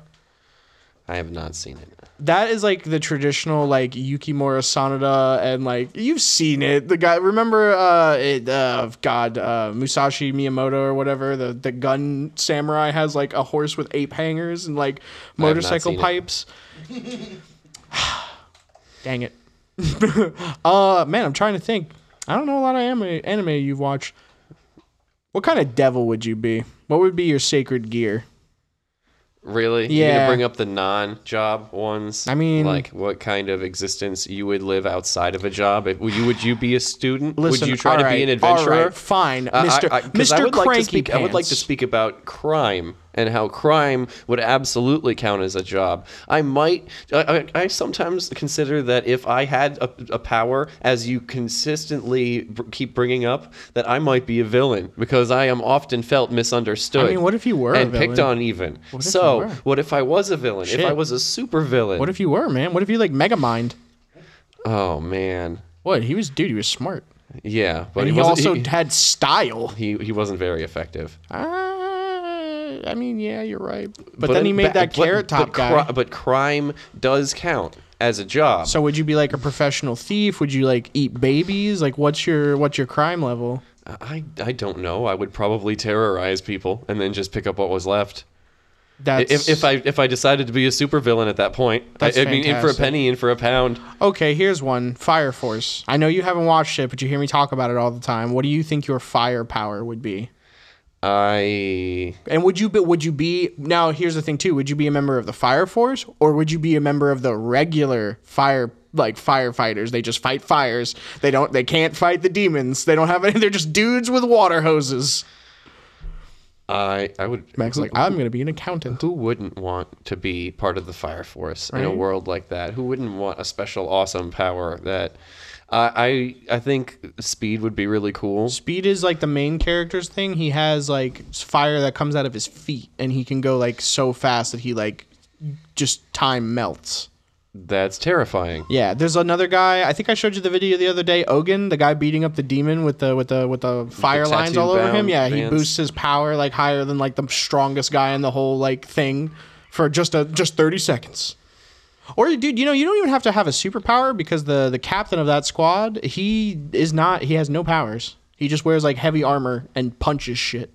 Speaker 3: I have not seen it.
Speaker 1: That is like the traditional like Yukimura Sanada and like you've seen it. The guy remember uh it uh god uh Musashi Miyamoto or whatever the the gun samurai has like a horse with ape hangers and like
Speaker 3: not
Speaker 1: motorcycle
Speaker 3: seen it.
Speaker 1: pipes. Dang it. uh man, I'm trying to think. I don't know a lot of anime anime you've watched. What kind of devil would you be? What would be your sacred gear?
Speaker 3: Really? You're gonna
Speaker 1: Yeah.
Speaker 3: bring up the non-job ones.
Speaker 1: I mean-
Speaker 3: like what kind of existence you would live outside of a job? If, would you would you be a student? would you try to
Speaker 1: alright,
Speaker 3: be an adventurer?
Speaker 1: alright, fine,
Speaker 3: Uh, I-
Speaker 1: Mister
Speaker 3: I- 'cause I
Speaker 1: Mister
Speaker 3: would
Speaker 1: Cranky
Speaker 3: like to speak, I would like to
Speaker 1: Pants.
Speaker 3: speak about crime and how crime would absolutely count as a job. I might, I, I, I sometimes consider that if I had a, a power, as you consistently br- keep bringing up, that I might be a villain because I am often felt misunderstood.
Speaker 1: I mean, what if you were a
Speaker 3: and picked
Speaker 1: villain?
Speaker 3: on even?
Speaker 1: What if
Speaker 3: so,
Speaker 1: you were?
Speaker 3: what if I was a villain? If I
Speaker 1: Shit.
Speaker 3: was a super villain?
Speaker 1: What if you were man? What if you like Megamind?
Speaker 3: Oh man,
Speaker 1: What he was, dude. He was smart,
Speaker 3: yeah, but
Speaker 1: and
Speaker 3: he,
Speaker 1: he,
Speaker 3: wasn't-
Speaker 1: also
Speaker 3: he-
Speaker 1: had style.
Speaker 3: he he wasn't very effective.
Speaker 1: Uh, I mean, yeah, you're right. But, then he made
Speaker 3: ba-
Speaker 1: that
Speaker 3: but-
Speaker 1: carrot top
Speaker 3: but
Speaker 1: guy.
Speaker 3: cri- but crime does count as a job.
Speaker 1: so would you be like a professional thief? Would you like eat babies? Like, what's your what's your crime level?
Speaker 3: I I don't know. I would probably terrorize people and then just pick up what was left. I-
Speaker 1: That's
Speaker 3: If, if I if I decided to be a supervillain at that point, I,
Speaker 1: That's
Speaker 3: I mean, in for a
Speaker 1: fantastic.
Speaker 3: penny, in for a pound.
Speaker 1: okay. Here's one. Fire Force. I know you haven't watched it, but you hear me talk about it all the time. What do you think your firepower would be?
Speaker 3: I
Speaker 1: And would you be would you be now? Here's the thing too. Would you be a member of the fire force, or would you be a member of the regular fire like firefighters? They just fight fires. They don't. They can't fight the demons. They don't have any. They're just dudes with water hoses.
Speaker 3: I I would.
Speaker 1: Max
Speaker 3: who,
Speaker 1: like I'm gonna be an accountant.
Speaker 3: who wouldn't want to be part of the fire force in a
Speaker 1: Right.
Speaker 3: world like that? Who wouldn't want a special awesome power that? I I I think speed would be really cool.
Speaker 1: Speed is like the main character's thing. He has like fire that comes out of his feet, and he can go like so fast that he like just time melts.
Speaker 3: That's terrifying.
Speaker 1: Yeah, there's another guy. I think I showed you the video the other day. Ogan, the guy beating up the demon with the with the with the fire lines all over him.
Speaker 3: tattoo-bound
Speaker 1: Yeah, he
Speaker 3: vans.
Speaker 1: boosts his power like higher than like the strongest guy in the whole like thing for just a just 30 seconds. Or dude, you know, you don't even have to have a superpower because the the captain of that squad, he is not he has no powers. He just wears like heavy armor and punches shit.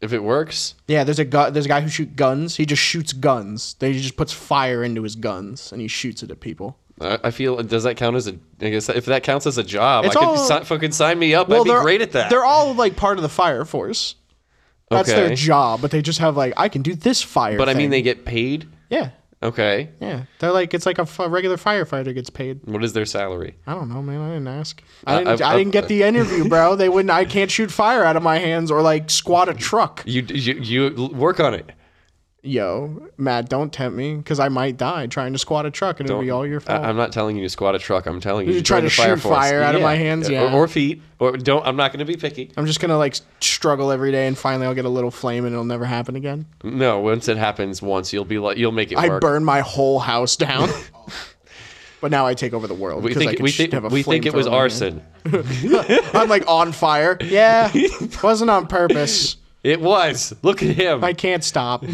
Speaker 3: If it works,
Speaker 1: Yeah, there's a guy. There's a guy who shoots guns. He just shoots guns. Then he just puts fire into his guns and he shoots it at people.
Speaker 3: I I feel. Does that count as a? I guess if that counts as a job,
Speaker 1: It's
Speaker 3: I could
Speaker 1: all-
Speaker 3: si- fucking sign me up. I'd be
Speaker 1: they're-
Speaker 3: great at that.
Speaker 1: They're all like part of the fire force. That's their
Speaker 3: Okay.
Speaker 1: job, but they just have like I can do this fire.
Speaker 3: but I mean, they
Speaker 1: thing.
Speaker 3: get paid.
Speaker 1: yeah,
Speaker 3: Okay,
Speaker 1: yeah. They're like it's like a, f- a regular firefighter gets paid.
Speaker 3: what is their salary?
Speaker 1: I don't know, man. I didn't ask. I didn't.
Speaker 3: Uh, I've-
Speaker 1: I,
Speaker 3: I've-
Speaker 1: didn't get the interview, bro. They wouldn't. I can't shoot fire out of my hands or like squat a truck.
Speaker 3: You you, you l- work on it.
Speaker 1: Yo, Matt, don't tempt me because I might die trying to squat a truck, and it'll be all your fault.
Speaker 3: I, am not telling you to squat a truck. I'm telling you,
Speaker 1: You try
Speaker 3: join
Speaker 1: to
Speaker 3: the fire
Speaker 1: shoot
Speaker 3: force.
Speaker 1: fire out of my hands, yeah.
Speaker 3: or, or feet. Or don't. I'm not going to be picky.
Speaker 1: I'm just gonna like s- struggle every day, and finally I'll get a little flame, and it'll never happen again.
Speaker 3: No, once it happens, once you'll be like, you'll make it
Speaker 1: I
Speaker 3: work.
Speaker 1: burn my whole house down. but now I take over the world.
Speaker 3: we
Speaker 1: 'cause I
Speaker 3: think
Speaker 1: can
Speaker 3: we
Speaker 1: sh-
Speaker 3: think
Speaker 1: have a
Speaker 3: we think it was
Speaker 1: flamethrower in my hand.
Speaker 3: arson.
Speaker 1: I'm like on fire. Yeah, wasn't on purpose.
Speaker 3: It was. Look at him,
Speaker 1: I can't stop.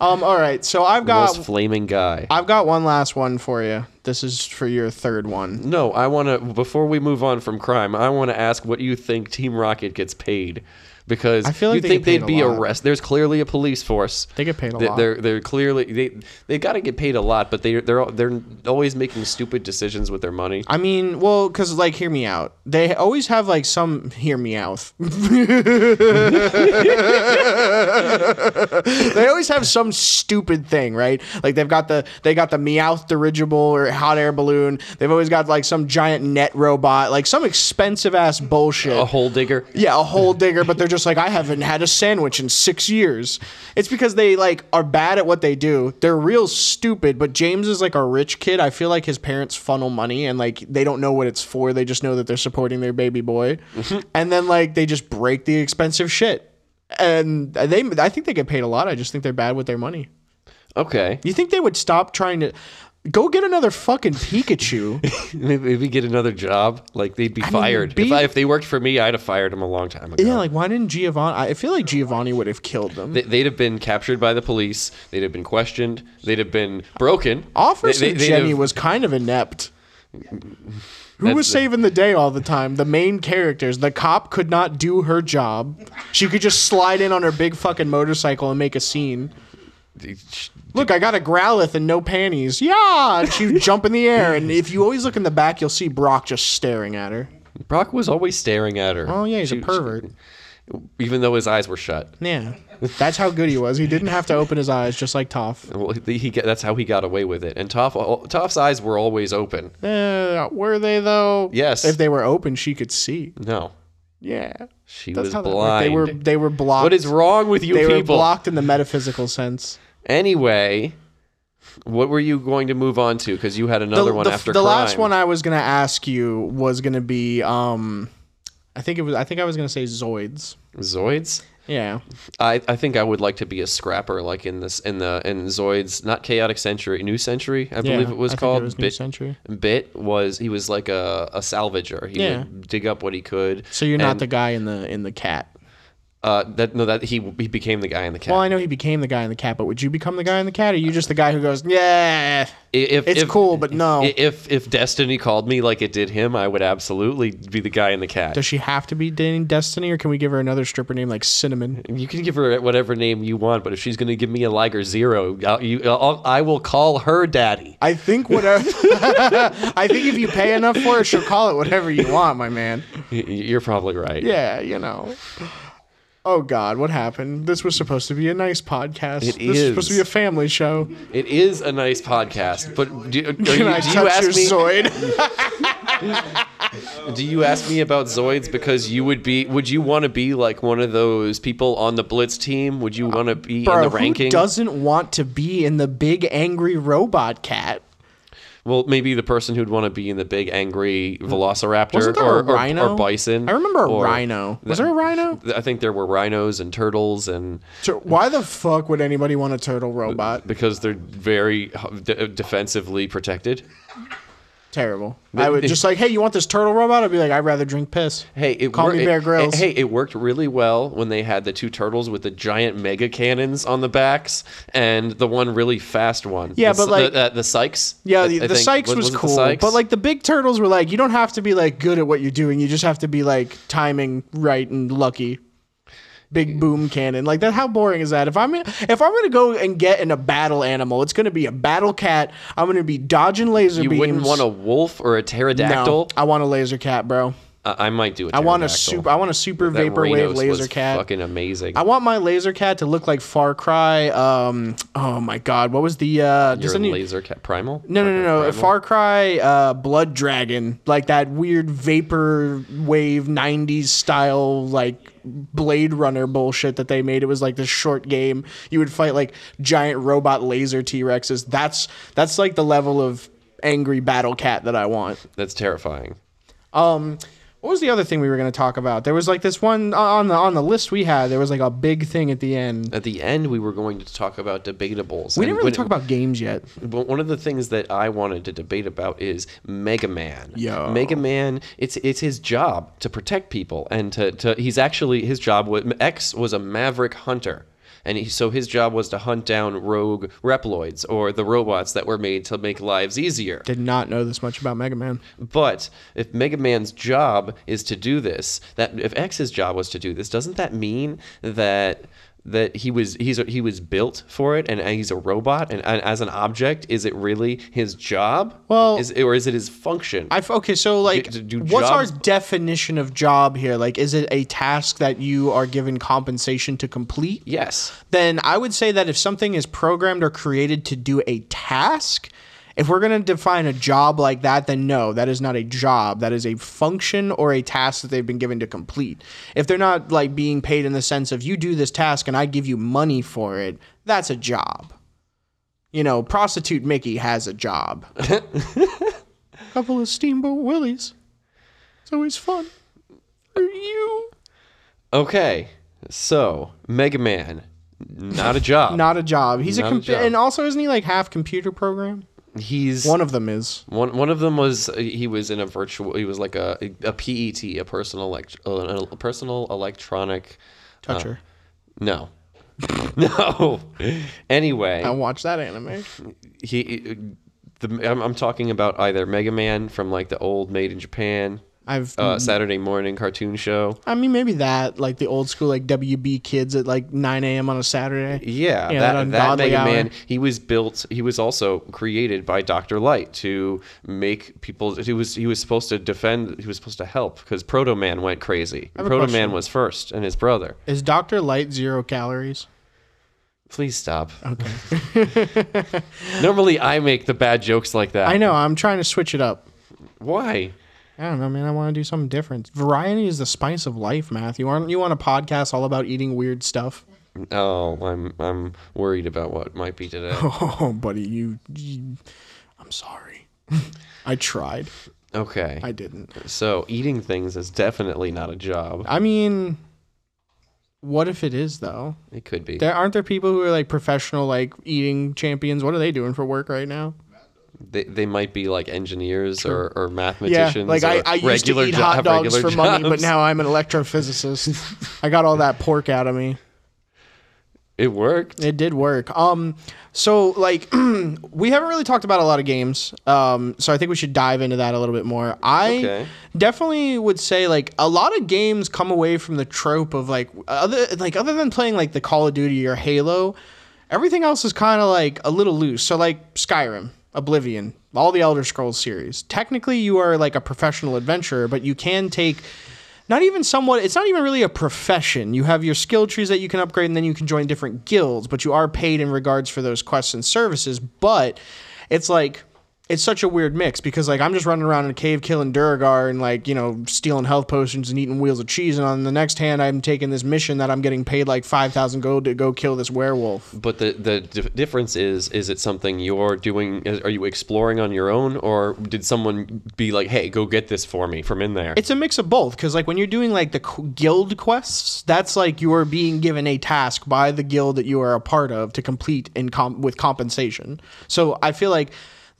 Speaker 1: Um. All right. So I've got
Speaker 3: most flaming guy.
Speaker 1: I've got one last one for you. This is for your third one.
Speaker 3: No, I want to. Before we move on from crime, I want to ask what you think Team Rocket gets paid, because
Speaker 1: I feel like
Speaker 3: you
Speaker 1: they
Speaker 3: think
Speaker 1: get paid
Speaker 3: they'd
Speaker 1: a
Speaker 3: be
Speaker 1: lot.
Speaker 3: arrested. There's clearly a police force.
Speaker 1: They get paid a
Speaker 3: They-
Speaker 1: lot.
Speaker 3: They're they're clearly they they got to get paid a lot, but they they're al- they're always making stupid decisions with their money.
Speaker 1: I mean, well, because like, hear me out. They always have like some hear me out. they always have some stupid thing, right? Like they've got the they got the meowth dirigible or hot air balloon. They've always got like some giant net robot, like some expensive ass bullshit.
Speaker 3: A hole digger.
Speaker 1: Yeah, a hole digger, but they're just like, I haven't had a sandwich in six years. It's because they like are bad at what they do. They're real stupid, but James is like a rich kid. I feel like his parents funnel money and like they don't know what it's for. They just know that they're supporting their baby boy. and then like they just break the expensive shit. And they I think they get paid a lot. I just think they're bad with their money.
Speaker 3: Okay,
Speaker 1: You think they would stop trying to go get another fucking Pikachu?
Speaker 3: maybe, maybe get another job. Like they'd be fired.
Speaker 1: be-
Speaker 3: if I, if they worked for me, I'd have fired them a long time ago.
Speaker 1: yeah, like why didn't Giovanni I feel like Giovanni would have killed them.
Speaker 3: They- They'd have been captured by the police. They'd have been questioned. They'd have been broken.
Speaker 1: Officer
Speaker 3: They- they- they'd
Speaker 1: Jenny
Speaker 3: have-
Speaker 1: was kind of inept. Who
Speaker 3: That's
Speaker 1: was
Speaker 3: the-
Speaker 1: saving the day all the time? The main characters. The cop could not do her job. She could just slide in on her big fucking motorcycle and make a scene. Look, I got a Growlithe and no panties. Yeah, and she would jump in the air. And if you always look in the back, you'll see Brock just staring at her.
Speaker 3: Brock was always staring at her.
Speaker 1: Oh yeah, he's
Speaker 3: She-
Speaker 1: a pervert.
Speaker 3: even though his eyes were shut.
Speaker 1: Yeah, that's how good he was. He didn't have to open his eyes, just like Toph.
Speaker 3: Well, he, he get- that's how he got away with it. And Toph, Toph's eyes were always open.
Speaker 1: Uh, were they though?
Speaker 3: Yes.
Speaker 1: If they were open, she could see.
Speaker 3: No,
Speaker 1: Yeah,
Speaker 3: she
Speaker 1: that's
Speaker 3: was
Speaker 1: how that worked.
Speaker 3: blind.
Speaker 1: They were they were blocked.
Speaker 3: what is wrong with you
Speaker 1: They were
Speaker 3: people?
Speaker 1: blocked in the metaphysical sense.
Speaker 3: Anyway, what were you going to move on to? Because you had another one after
Speaker 1: the
Speaker 3: crime.
Speaker 1: last one I was gonna ask you was gonna be um, I think it was I think I was gonna say Zoids.
Speaker 3: Zoids.
Speaker 1: Yeah,
Speaker 3: I, I think I would like to be a scrapper, like in this in the in Zoids, not Chaotic Century, New Century, I believe
Speaker 1: Yeah,
Speaker 3: it was
Speaker 1: I think it
Speaker 3: called.
Speaker 1: was New Century.
Speaker 3: Bit was he was like a, a salvager. He
Speaker 1: Yeah.
Speaker 3: would dig up what he could.
Speaker 1: so you're not
Speaker 3: and,
Speaker 1: the guy in the in the cat.
Speaker 3: uh, that no that he he became the guy in the cat.
Speaker 1: Well, I know he became the guy in the cat, but would you become the guy in the cat? Or are you just the guy who goes, yeah,
Speaker 3: if
Speaker 1: it's
Speaker 3: if-
Speaker 1: cool, but no?
Speaker 3: i- If if Destiny called me like it did him, I would absolutely be the guy in the cat.
Speaker 1: Does she have to be dating Destiny, or can we give her another stripper name like Cinnamon?
Speaker 3: you can give her whatever name you want, but if she's gonna give me a Liger Zero, I'll, you, uh, I'll, I will call her Daddy.
Speaker 1: I think whatever. I think if you pay enough for it, she'll call it whatever you want, my man.
Speaker 3: Y- You're probably right.
Speaker 1: Yeah, you know. Oh God, what happened? This was supposed to be a nice podcast.
Speaker 3: It
Speaker 1: this was supposed to be a
Speaker 3: is.
Speaker 1: family show.
Speaker 3: It is a nice podcast, but do, are you, do
Speaker 1: Can
Speaker 3: you
Speaker 1: I touch
Speaker 3: ask
Speaker 1: your
Speaker 3: me?
Speaker 1: Zoid?
Speaker 3: Do you ask me about Zoids because you would be? Would you want to be like one of those people on the Blitz team? Would you want to be in
Speaker 1: Bro,
Speaker 3: the
Speaker 1: who
Speaker 3: ranking?
Speaker 1: doesn't want to be in the big angry robot cat?
Speaker 3: Well, maybe the person who'd want to be in the big angry Velociraptor
Speaker 1: Wasn't there
Speaker 3: or,
Speaker 1: a
Speaker 3: or-
Speaker 1: rhino?
Speaker 3: or bison.
Speaker 1: I remember a
Speaker 3: or-
Speaker 1: rhino. Was there a rhino?
Speaker 3: I think there were rhinos and turtles, and
Speaker 1: So Why the fuck would anybody want a turtle robot?
Speaker 3: because they're very uh, de- defensively protected.
Speaker 1: Terrible. I would just like, hey, you want this turtle robot? I'd be like, I'd rather drink piss.
Speaker 3: Hey, it
Speaker 1: call
Speaker 3: wor-
Speaker 1: me
Speaker 3: it-
Speaker 1: Bear
Speaker 3: it-
Speaker 1: Grylls.
Speaker 3: hey, it worked really well when they had the two turtles with the giant mega cannons on the backs and the one really fast one.
Speaker 1: Yeah,
Speaker 3: The
Speaker 1: but,
Speaker 3: s-
Speaker 1: like-
Speaker 3: the, uh, the Sykes.
Speaker 1: Yeah,
Speaker 3: I-
Speaker 1: the,
Speaker 3: I
Speaker 1: the
Speaker 3: think.
Speaker 1: Sykes
Speaker 3: Was-
Speaker 1: was,
Speaker 3: was it the
Speaker 1: cool,
Speaker 3: Sykes?
Speaker 1: but like the big turtles were like, you don't have to be like good at what you're doing. You just have to be like timing right and lucky. Big boom cannon, like that. How boring is that? If I'm if I'm gonna go and get in a battle animal, it's gonna be a battle cat. I'm gonna be dodging laser
Speaker 3: you
Speaker 1: beams.
Speaker 3: wouldn't want a wolf or a
Speaker 1: no.
Speaker 3: pterodactyl.
Speaker 1: I want a laser cat, bro.
Speaker 3: I, I might do it.
Speaker 1: I want a super. I want a super
Speaker 3: that
Speaker 1: vaporwave
Speaker 3: Rhinos
Speaker 1: laser
Speaker 3: was
Speaker 1: cat.
Speaker 3: Fucking amazing.
Speaker 1: I want my laser cat to look like Far Cry. Um, oh my god, what was the? Uh, does
Speaker 3: You're a
Speaker 1: any-
Speaker 3: laser cat primal.
Speaker 1: No, no, no, no.
Speaker 3: Primal?
Speaker 1: Far Cry, uh, Blood Dragon, like that weird vapor wave '90s style, like Blade Runner bullshit that they made. It was like this short game. You would fight like giant robot laser T Rexes. That's that's like the level of angry battle cat that I want.
Speaker 3: That's terrifying.
Speaker 1: What was the other thing we were gonna talk about? There was like this one uh, on the on the list we had. There was like a big thing at the end.
Speaker 3: At the end, we were going to talk about debatables.
Speaker 1: We
Speaker 3: Uh, and
Speaker 1: didn't really
Speaker 3: when-
Speaker 1: talk about games yet.
Speaker 3: But one of the things that I wanted to debate about is Mega Man.
Speaker 1: Yo.
Speaker 3: Mega Man, it's it's his job to protect people and to, to he's actually his job was X was a maverick hunter. And he, so his job was to hunt down rogue Reploids or the robots that were made to make lives easier.
Speaker 1: Did not know this much about Mega Man.
Speaker 3: But if Mega Man's job is to do this, that if X's job was to do this, doesn't that mean that that he was he's he was built for it and he's a robot and, and as an object is it really his job?
Speaker 1: Well-
Speaker 3: is, or is it his function?
Speaker 1: I okay, so like,
Speaker 3: Do- do
Speaker 1: what's our
Speaker 3: jobs-
Speaker 1: definition of job here? Like, is it a task that you are given compensation to complete?
Speaker 3: yes.
Speaker 1: Then I would say that if something is programmed or created to do a task, if we're going to define a job like that, then no, that is not a job. That is a function or a task that they've been given to complete. If they're not like being paid in the sense of you do this task and I give you money for it, that's a job. You know, prostitute Mickey has a job couple of steamboat willies. It's always fun. For you.
Speaker 3: Okay. So Mega Man, not a job.
Speaker 1: Not a job. He's a,
Speaker 3: Not a
Speaker 1: com-
Speaker 3: job.
Speaker 1: and also isn't he like half computer program?
Speaker 3: he's
Speaker 1: One of them is.
Speaker 3: One one of them was uh, he was in a virtual. He was like a a PET, a personal elect, uh, a personal electronic.
Speaker 1: Toucher.
Speaker 3: No, no.
Speaker 1: I
Speaker 3: Anyway,
Speaker 1: watched that anime.
Speaker 3: he. The, I'm, I'm talking about either Mega Man from like the old Made in Japan
Speaker 1: I've
Speaker 3: uh, Saturday morning cartoon show.
Speaker 1: I mean, maybe that, like the old school, like WB kids at like 9 a.m. on a Saturday.
Speaker 3: Yeah,
Speaker 1: Yeah,
Speaker 3: that,
Speaker 1: that
Speaker 3: that
Speaker 1: ungodly
Speaker 3: Mega
Speaker 1: hour.
Speaker 3: Man. He was built. He was also created by Doctor Light to make people. He was he was supposed to defend. He was supposed to help because Proto Man went crazy.
Speaker 1: have a
Speaker 3: Proto Man
Speaker 1: question.
Speaker 3: was first, and his brother.
Speaker 1: Is Dr. Light zero calories?
Speaker 3: Please stop. Okay. Normally, I make the bad jokes like that.
Speaker 1: I know. I'm trying to switch it up.
Speaker 3: Why?
Speaker 1: I don't know, man. I want to do something different. Variety is the spice of life, Matthew. Aren't you on a podcast all about eating weird stuff?
Speaker 3: Oh, I'm I'm worried about what might be today.
Speaker 1: Oh, buddy, you. you I'm sorry. I tried.
Speaker 3: Okay.
Speaker 1: I didn't.
Speaker 3: So eating things is definitely not a job.
Speaker 1: I mean, what if it is though?
Speaker 3: It could be.
Speaker 1: There aren't there people who are like professional like eating champions? What are they doing for work right now?
Speaker 3: They, they might be like engineers or, or mathematicians.
Speaker 1: like I,
Speaker 3: or
Speaker 1: I used to
Speaker 3: regular
Speaker 1: eat
Speaker 3: jo-
Speaker 1: hot
Speaker 3: have
Speaker 1: dogs
Speaker 3: regular
Speaker 1: for money, but
Speaker 3: jobs.
Speaker 1: now I'm an electrophysicist. I got all that pork out of me.
Speaker 3: it worked.
Speaker 1: It did work. Um, so like we haven't really talked about a lot of games. Um, so I think we should dive into that a little bit more. I
Speaker 3: Okay.
Speaker 1: definitely would say like a lot of games come away from the trope of like other like other than playing like the Call of Duty or Halo, everything else is kind of like a little loose. So like Skyrim, Oblivion, all the Elder Scrolls series. Technically, you are like a professional adventurer, but you can take not even somewhat it's not even really a profession you have your skill trees that you can upgrade and then you can join different guilds but you are paid in regards for those quests and services but it's like it's such a weird mix because like i'm just running around in a cave killing duragar and like you know stealing health potions and eating wheels of cheese and on the next hand i'm taking this mission that i'm getting paid like 5000 gold to go kill this werewolf
Speaker 3: But the the dif- difference is is it something you're doing? is- Are you exploring on your own, or did someone be like, "Hey, go get this for me from in there"?
Speaker 1: it's a mix of both because like when you're doing like the qu- guild quests that's like you are being given a task by the guild that you are a part of to complete in com- with compensation so i feel like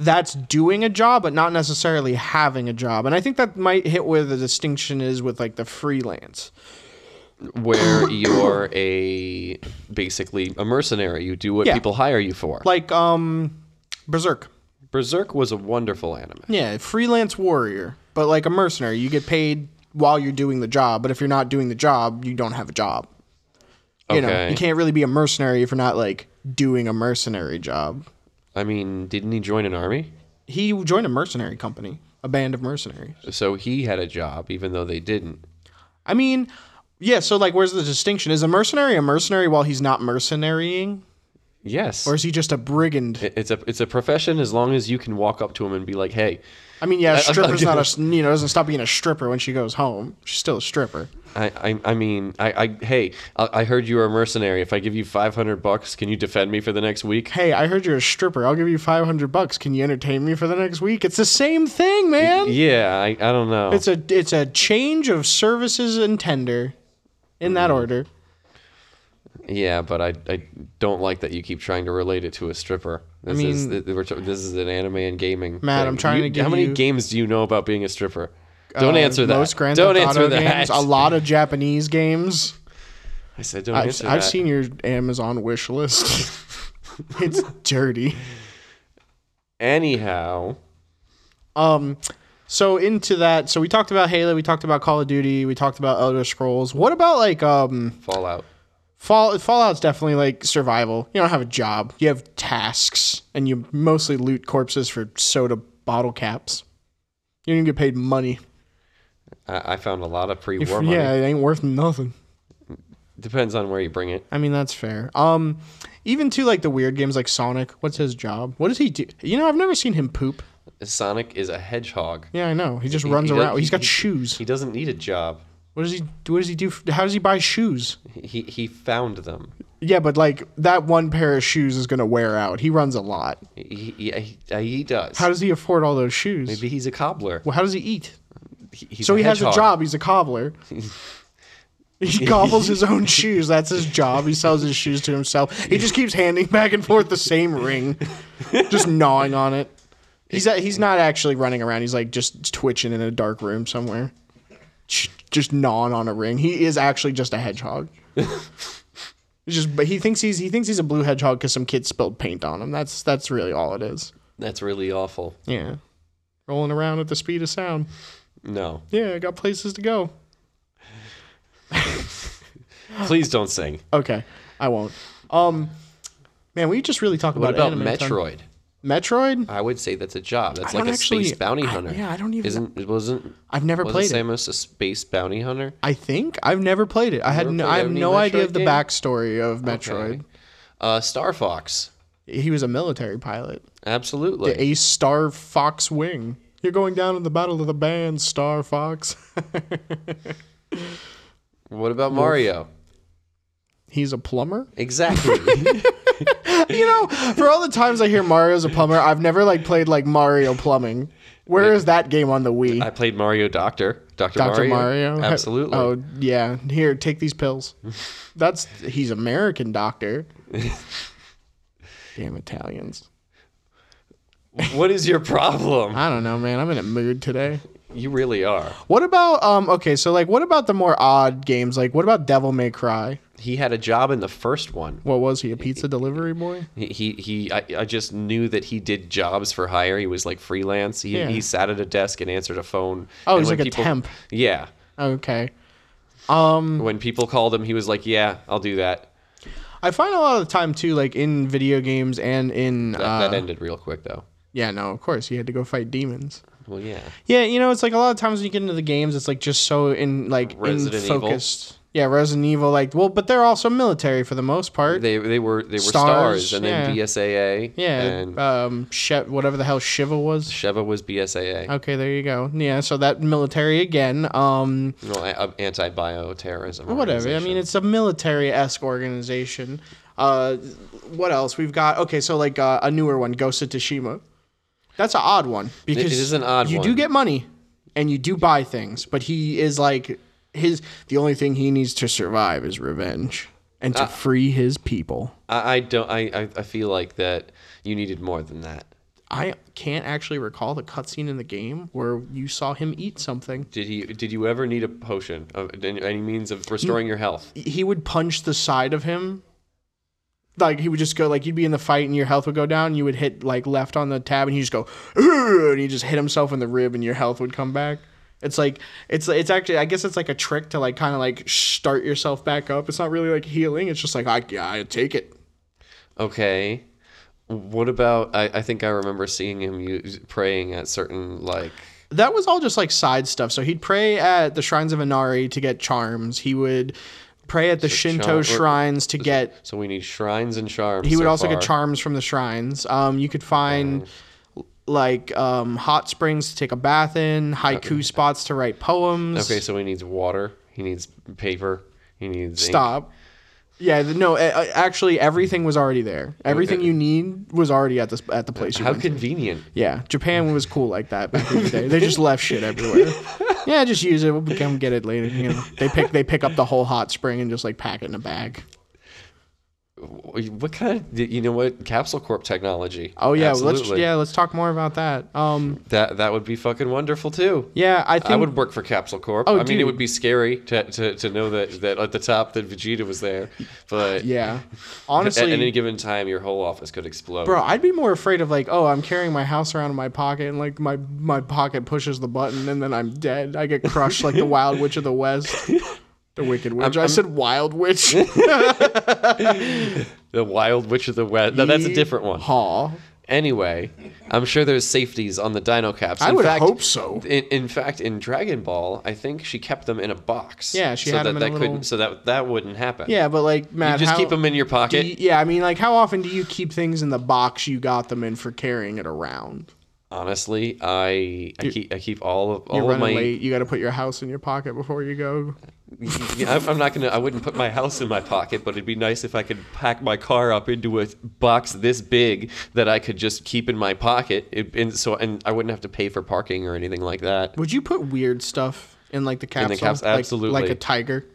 Speaker 1: that's doing a job but not necessarily having a job and i think that might hit where the distinction is with like the freelance
Speaker 3: Where you're a basically a mercenary. You do what
Speaker 1: Yeah.
Speaker 3: people hire you for.
Speaker 1: like um berserk
Speaker 3: Berserk was a wonderful anime.
Speaker 1: yeah freelance warrior but like a mercenary you get paid while you're doing the job but if you're not doing the job you don't have a job you know
Speaker 3: Okay.
Speaker 1: you can't really be a mercenary if you're not like doing a mercenary job
Speaker 3: I mean, didn't he join an army?
Speaker 1: he joined a mercenary company a band of mercenaries
Speaker 3: So he had a job, even though they didn't.
Speaker 1: i mean yeah so like where's the distinction is a mercenary a mercenary while he's not mercenarying
Speaker 3: Yes.
Speaker 1: or is he just a brigand
Speaker 3: It- it's a it's a profession as long as you can walk up to him and be like, "Hey,
Speaker 1: i mean yeah a
Speaker 3: I'm
Speaker 1: stripper's
Speaker 3: not
Speaker 1: not a you know doesn't stop being a stripper when she goes home she's still a stripper
Speaker 3: I I, I mean, I, I hey, I, I heard you were a mercenary. If I give you five hundred bucks, can you defend me for the next week?"
Speaker 1: hey i heard you're a stripper i'll give you 500 bucks can you entertain me for the next week it's the same thing man
Speaker 3: Yeah, I, I don't know.
Speaker 1: it's a it's a change of services and tender in
Speaker 3: Mm.
Speaker 1: that order
Speaker 3: yeah, but I, I don't like that you keep trying to relate it to a stripper. This is
Speaker 1: mean-
Speaker 3: th- we're t- this is an anime and gaming.
Speaker 1: Matt,
Speaker 3: thing.
Speaker 1: I'm trying to give
Speaker 3: How many
Speaker 1: you-
Speaker 3: games do you know about being a stripper? Don't
Speaker 1: Uh,
Speaker 3: answer that.
Speaker 1: most grand
Speaker 3: don't
Speaker 1: Theft
Speaker 3: answer
Speaker 1: Auto
Speaker 3: that.
Speaker 1: games a lot of japanese games
Speaker 3: I said don't
Speaker 1: I've,
Speaker 3: answer
Speaker 1: I've
Speaker 3: that.
Speaker 1: seen your Amazon wish list. it's dirty.
Speaker 3: Anyhow,
Speaker 1: So into that. So we talked about Halo. We talked about Call of Duty. We talked about Elder Scrolls. What about like um
Speaker 3: Fallout.
Speaker 1: Fall, Fallout's definitely like survival. You don't have a job. You have tasks, and you mostly loot corpses for soda bottle caps. You don't even get paid money.
Speaker 3: I, I found a lot of pre
Speaker 1: If-
Speaker 3: war money.
Speaker 1: yeah, it ain't worth nothing.
Speaker 3: Depends on where you bring it.
Speaker 1: I mean that's fair. Um, even to like the weird games like Sonic. What's his job? What does he do? You know, I've never seen him poop.
Speaker 3: Sonic is a hedgehog.
Speaker 1: Yeah, I know. He just runs
Speaker 3: he does-
Speaker 1: around. He's
Speaker 3: he-
Speaker 1: got
Speaker 3: he-
Speaker 1: shoes.
Speaker 3: He doesn't need a job.
Speaker 1: What does he? What does he do? How does he buy shoes?
Speaker 3: He- He he found them.
Speaker 1: Yeah, but like that one pair of shoes is gonna wear out. He runs a lot.
Speaker 3: He he, he, uh, he does.
Speaker 1: How does he afford all those shoes?
Speaker 3: Maybe he's a cobbler.
Speaker 1: Well, how does he eat?
Speaker 3: He- he's
Speaker 1: So he has a
Speaker 3: hedgehog.
Speaker 1: job. He's a cobbler. He gobbles his own shoes. That's his job. He sells his shoes to himself. He just keeps handing back and forth the same ring, just gnawing on it. He's a, he's not actually running around. He's like just twitching in a dark room somewhere, Ch- just gnawing on a ring. He is actually just a hedgehog. He's just but he thinks he's he thinks he's a blue hedgehog because some kid spilled paint on him. That's that's really all it is.
Speaker 3: That's really awful.
Speaker 1: Yeah, rolling around at the speed of sound.
Speaker 3: No.
Speaker 1: Yeah, I got places to go.
Speaker 3: Please don't sing.
Speaker 1: Okay, I won't. Um, man, we just really talk
Speaker 3: What
Speaker 1: about
Speaker 3: about
Speaker 1: anime time.
Speaker 3: Metroid?
Speaker 1: Metroid?
Speaker 3: I would say that's a job. That's
Speaker 1: I
Speaker 3: like a
Speaker 1: don't
Speaker 3: space
Speaker 1: actually-
Speaker 3: bounty
Speaker 1: I-
Speaker 3: hunter.
Speaker 1: yeah, I don't even-
Speaker 3: Isn't it wasn't
Speaker 1: I've never
Speaker 3: wasn't
Speaker 1: played it.
Speaker 3: Samus a space bounty hunter?
Speaker 1: I think I've never played it. I had
Speaker 3: Never
Speaker 1: no,
Speaker 3: played
Speaker 1: I have
Speaker 3: any
Speaker 1: no idea
Speaker 3: Metroid
Speaker 1: of the
Speaker 3: game?
Speaker 1: backstory of Metroid.
Speaker 3: Okay. Uh, Star Fox.
Speaker 1: He was a military pilot.
Speaker 3: Absolutely.
Speaker 1: A Star Fox Wing. You're going down in the Battle of the Bands, Star Fox.
Speaker 3: what about Mario?
Speaker 1: He's a plumber.
Speaker 3: Exactly.
Speaker 1: You know, for all the times I hear Mario's a plumber, I've never like played like Mario plumbing. Where is that game on the Wii?
Speaker 3: I played Mario Doctor. Doctor
Speaker 1: Dr.
Speaker 3: Mario.
Speaker 1: Mario.
Speaker 3: Absolutely.
Speaker 1: Oh yeah. Here, take these pills. That's he's American doctor. Damn Italians.
Speaker 3: What is your problem?
Speaker 1: I don't know, man. I'm in a mood today.
Speaker 3: You really are.
Speaker 1: What about um okay, so like what about the more odd games? Like what about Devil May Cry?
Speaker 3: He had a job in the first one.
Speaker 1: What was he, a pizza delivery boy?
Speaker 3: He he, he I, I just knew that he did jobs for hire. He was like freelance. He,
Speaker 1: Yeah.
Speaker 3: he sat at a desk and answered a phone.
Speaker 1: Oh,
Speaker 3: And
Speaker 1: he's
Speaker 3: when
Speaker 1: like a temp. Mm.
Speaker 3: Yeah.
Speaker 1: Okay.
Speaker 3: When people called him, he was like, "Yeah, I'll do that."
Speaker 1: I find a lot of the time too, like in video games and in
Speaker 3: That,
Speaker 1: uh,
Speaker 3: that ended real quick though.
Speaker 1: yeah, no, of course, you had to go fight demons.
Speaker 3: Well, yeah.
Speaker 1: Yeah, you know, it's like a lot of times when you get into the games, it's like just so in like
Speaker 3: Resident
Speaker 1: in
Speaker 3: Evil.
Speaker 1: focused. Yeah, Resident Evil, like well, but they're also military for the most part.
Speaker 3: They they were they were
Speaker 1: Stars,
Speaker 3: stars, and then
Speaker 1: yeah.
Speaker 3: BSAA.
Speaker 1: yeah,
Speaker 3: And
Speaker 1: um, she- whatever the hell Shiva was.
Speaker 3: Sheva was BSAA.
Speaker 1: Okay, there you go. Yeah, so that military again. Um,
Speaker 3: Well, a- a- anti-bio terrorism.
Speaker 1: whatever. I mean, it's a military esque organization. Uh, what else we've got? Okay, so like uh, a newer one, Ghost of Tsushima. That's an odd one because
Speaker 3: it is an odd
Speaker 1: You
Speaker 3: one.
Speaker 1: do get money, and you do buy things, but he is like his. The only thing he needs to survive is revenge and
Speaker 3: Uh,
Speaker 1: to free his people.
Speaker 3: I, I don't. I, I I feel like that you needed more than that.
Speaker 1: I can't actually recall the cutscene in the game where you saw him eat something.
Speaker 3: Did he? Did you ever need a potion of any any means of restoring your health?
Speaker 1: he would punch the side of him. Like he would just go like you'd be in the fight and your health would go down. You would hit like left on the tab and he just go "Ugh," and he just hit himself in the rib and your health would come back. It's like it's it's actually I guess it's like a trick to like kind of like start yourself back up. It's not really like healing. It's just like I yeah, I take it.
Speaker 3: Okay. What about? I, I think I remember seeing him use, praying at certain like.
Speaker 1: that was all just like side stuff. So he'd pray at the shrines of Inari to get charms. He would pray at the
Speaker 3: char-
Speaker 1: Shinto
Speaker 3: or-
Speaker 1: shrines to get
Speaker 3: So we need shrines and charms.
Speaker 1: he would
Speaker 3: so
Speaker 1: also
Speaker 3: far.
Speaker 1: get charms from the shrines. Um, you could find like um, hot springs to take a bath in, haiku spots to write poems.
Speaker 3: Okay, so he needs water. He needs paper. He needs ink.
Speaker 1: stop. Yeah, th- no. a- a- Actually, everything was already there. Everything you need was already at the at the place you
Speaker 3: How
Speaker 1: went. to.
Speaker 3: convenient.
Speaker 1: Yeah, Japan was cool like that back in the day. They just left shit everywhere. Yeah, just use it. We'll come get it later. You know, they pick they pick up the whole hot spring and just like pack it in a bag.
Speaker 3: What kind of you know what capsule corp technology?
Speaker 1: Oh yeah, let's
Speaker 3: Absolutely.
Speaker 1: yeah let's talk more about that. Um,
Speaker 3: That that would be fucking wonderful too.
Speaker 1: yeah, I think
Speaker 3: I would work for Capsule Corp.
Speaker 1: Oh,
Speaker 3: I mean, it
Speaker 1: dude.
Speaker 3: would be scary to, to, to know that, that at the top that Vegeta was there, but
Speaker 1: yeah.
Speaker 3: at,
Speaker 1: Honestly,
Speaker 3: any given time, your whole office could explode.
Speaker 1: Bro, I'd be more afraid of like, oh, I'm carrying my house around in my pocket, and like my my pocket pushes the button, and then I'm dead. I get crushed like the Wild Witch of the West, the Wicked Witch. i said Wild Witch.
Speaker 3: the Wild Witch of the West. No, that's a different one.
Speaker 1: Haw.
Speaker 3: Anyway, I'm sure there's safeties on the Dino Caps.
Speaker 1: I
Speaker 3: In
Speaker 1: would
Speaker 3: fact-
Speaker 1: hope so.
Speaker 3: In, in fact, in Dragon Ball, I think she kept them in a box.
Speaker 1: Yeah, she
Speaker 3: so
Speaker 1: had
Speaker 3: that,
Speaker 1: them in a
Speaker 3: that
Speaker 1: little-
Speaker 3: couldn't, so that that wouldn't happen.
Speaker 1: Yeah, but like
Speaker 3: you
Speaker 1: Matt,
Speaker 3: just
Speaker 1: how,
Speaker 3: keep them in your
Speaker 1: do
Speaker 3: pocket.
Speaker 1: you- yeah, I mean, like, how often do you keep things in the box you got them in for carrying it around?
Speaker 3: Honestly, I I keep I keep all of
Speaker 1: You're
Speaker 3: all of
Speaker 1: running
Speaker 3: my.
Speaker 1: late. You got to put your house in your pocket before you go.
Speaker 3: Yeah, I'm I'm not gonna. I wouldn't put my house in my pocket, but it'd be nice if I could pack my car up into a box this big that I could just keep in my pocket, it, and so and I wouldn't have to pay for parking or anything like that.
Speaker 1: Would you put weird stuff in like the capsule?
Speaker 3: the caps-
Speaker 1: Like-
Speaker 3: absolutely.
Speaker 1: like a tiger.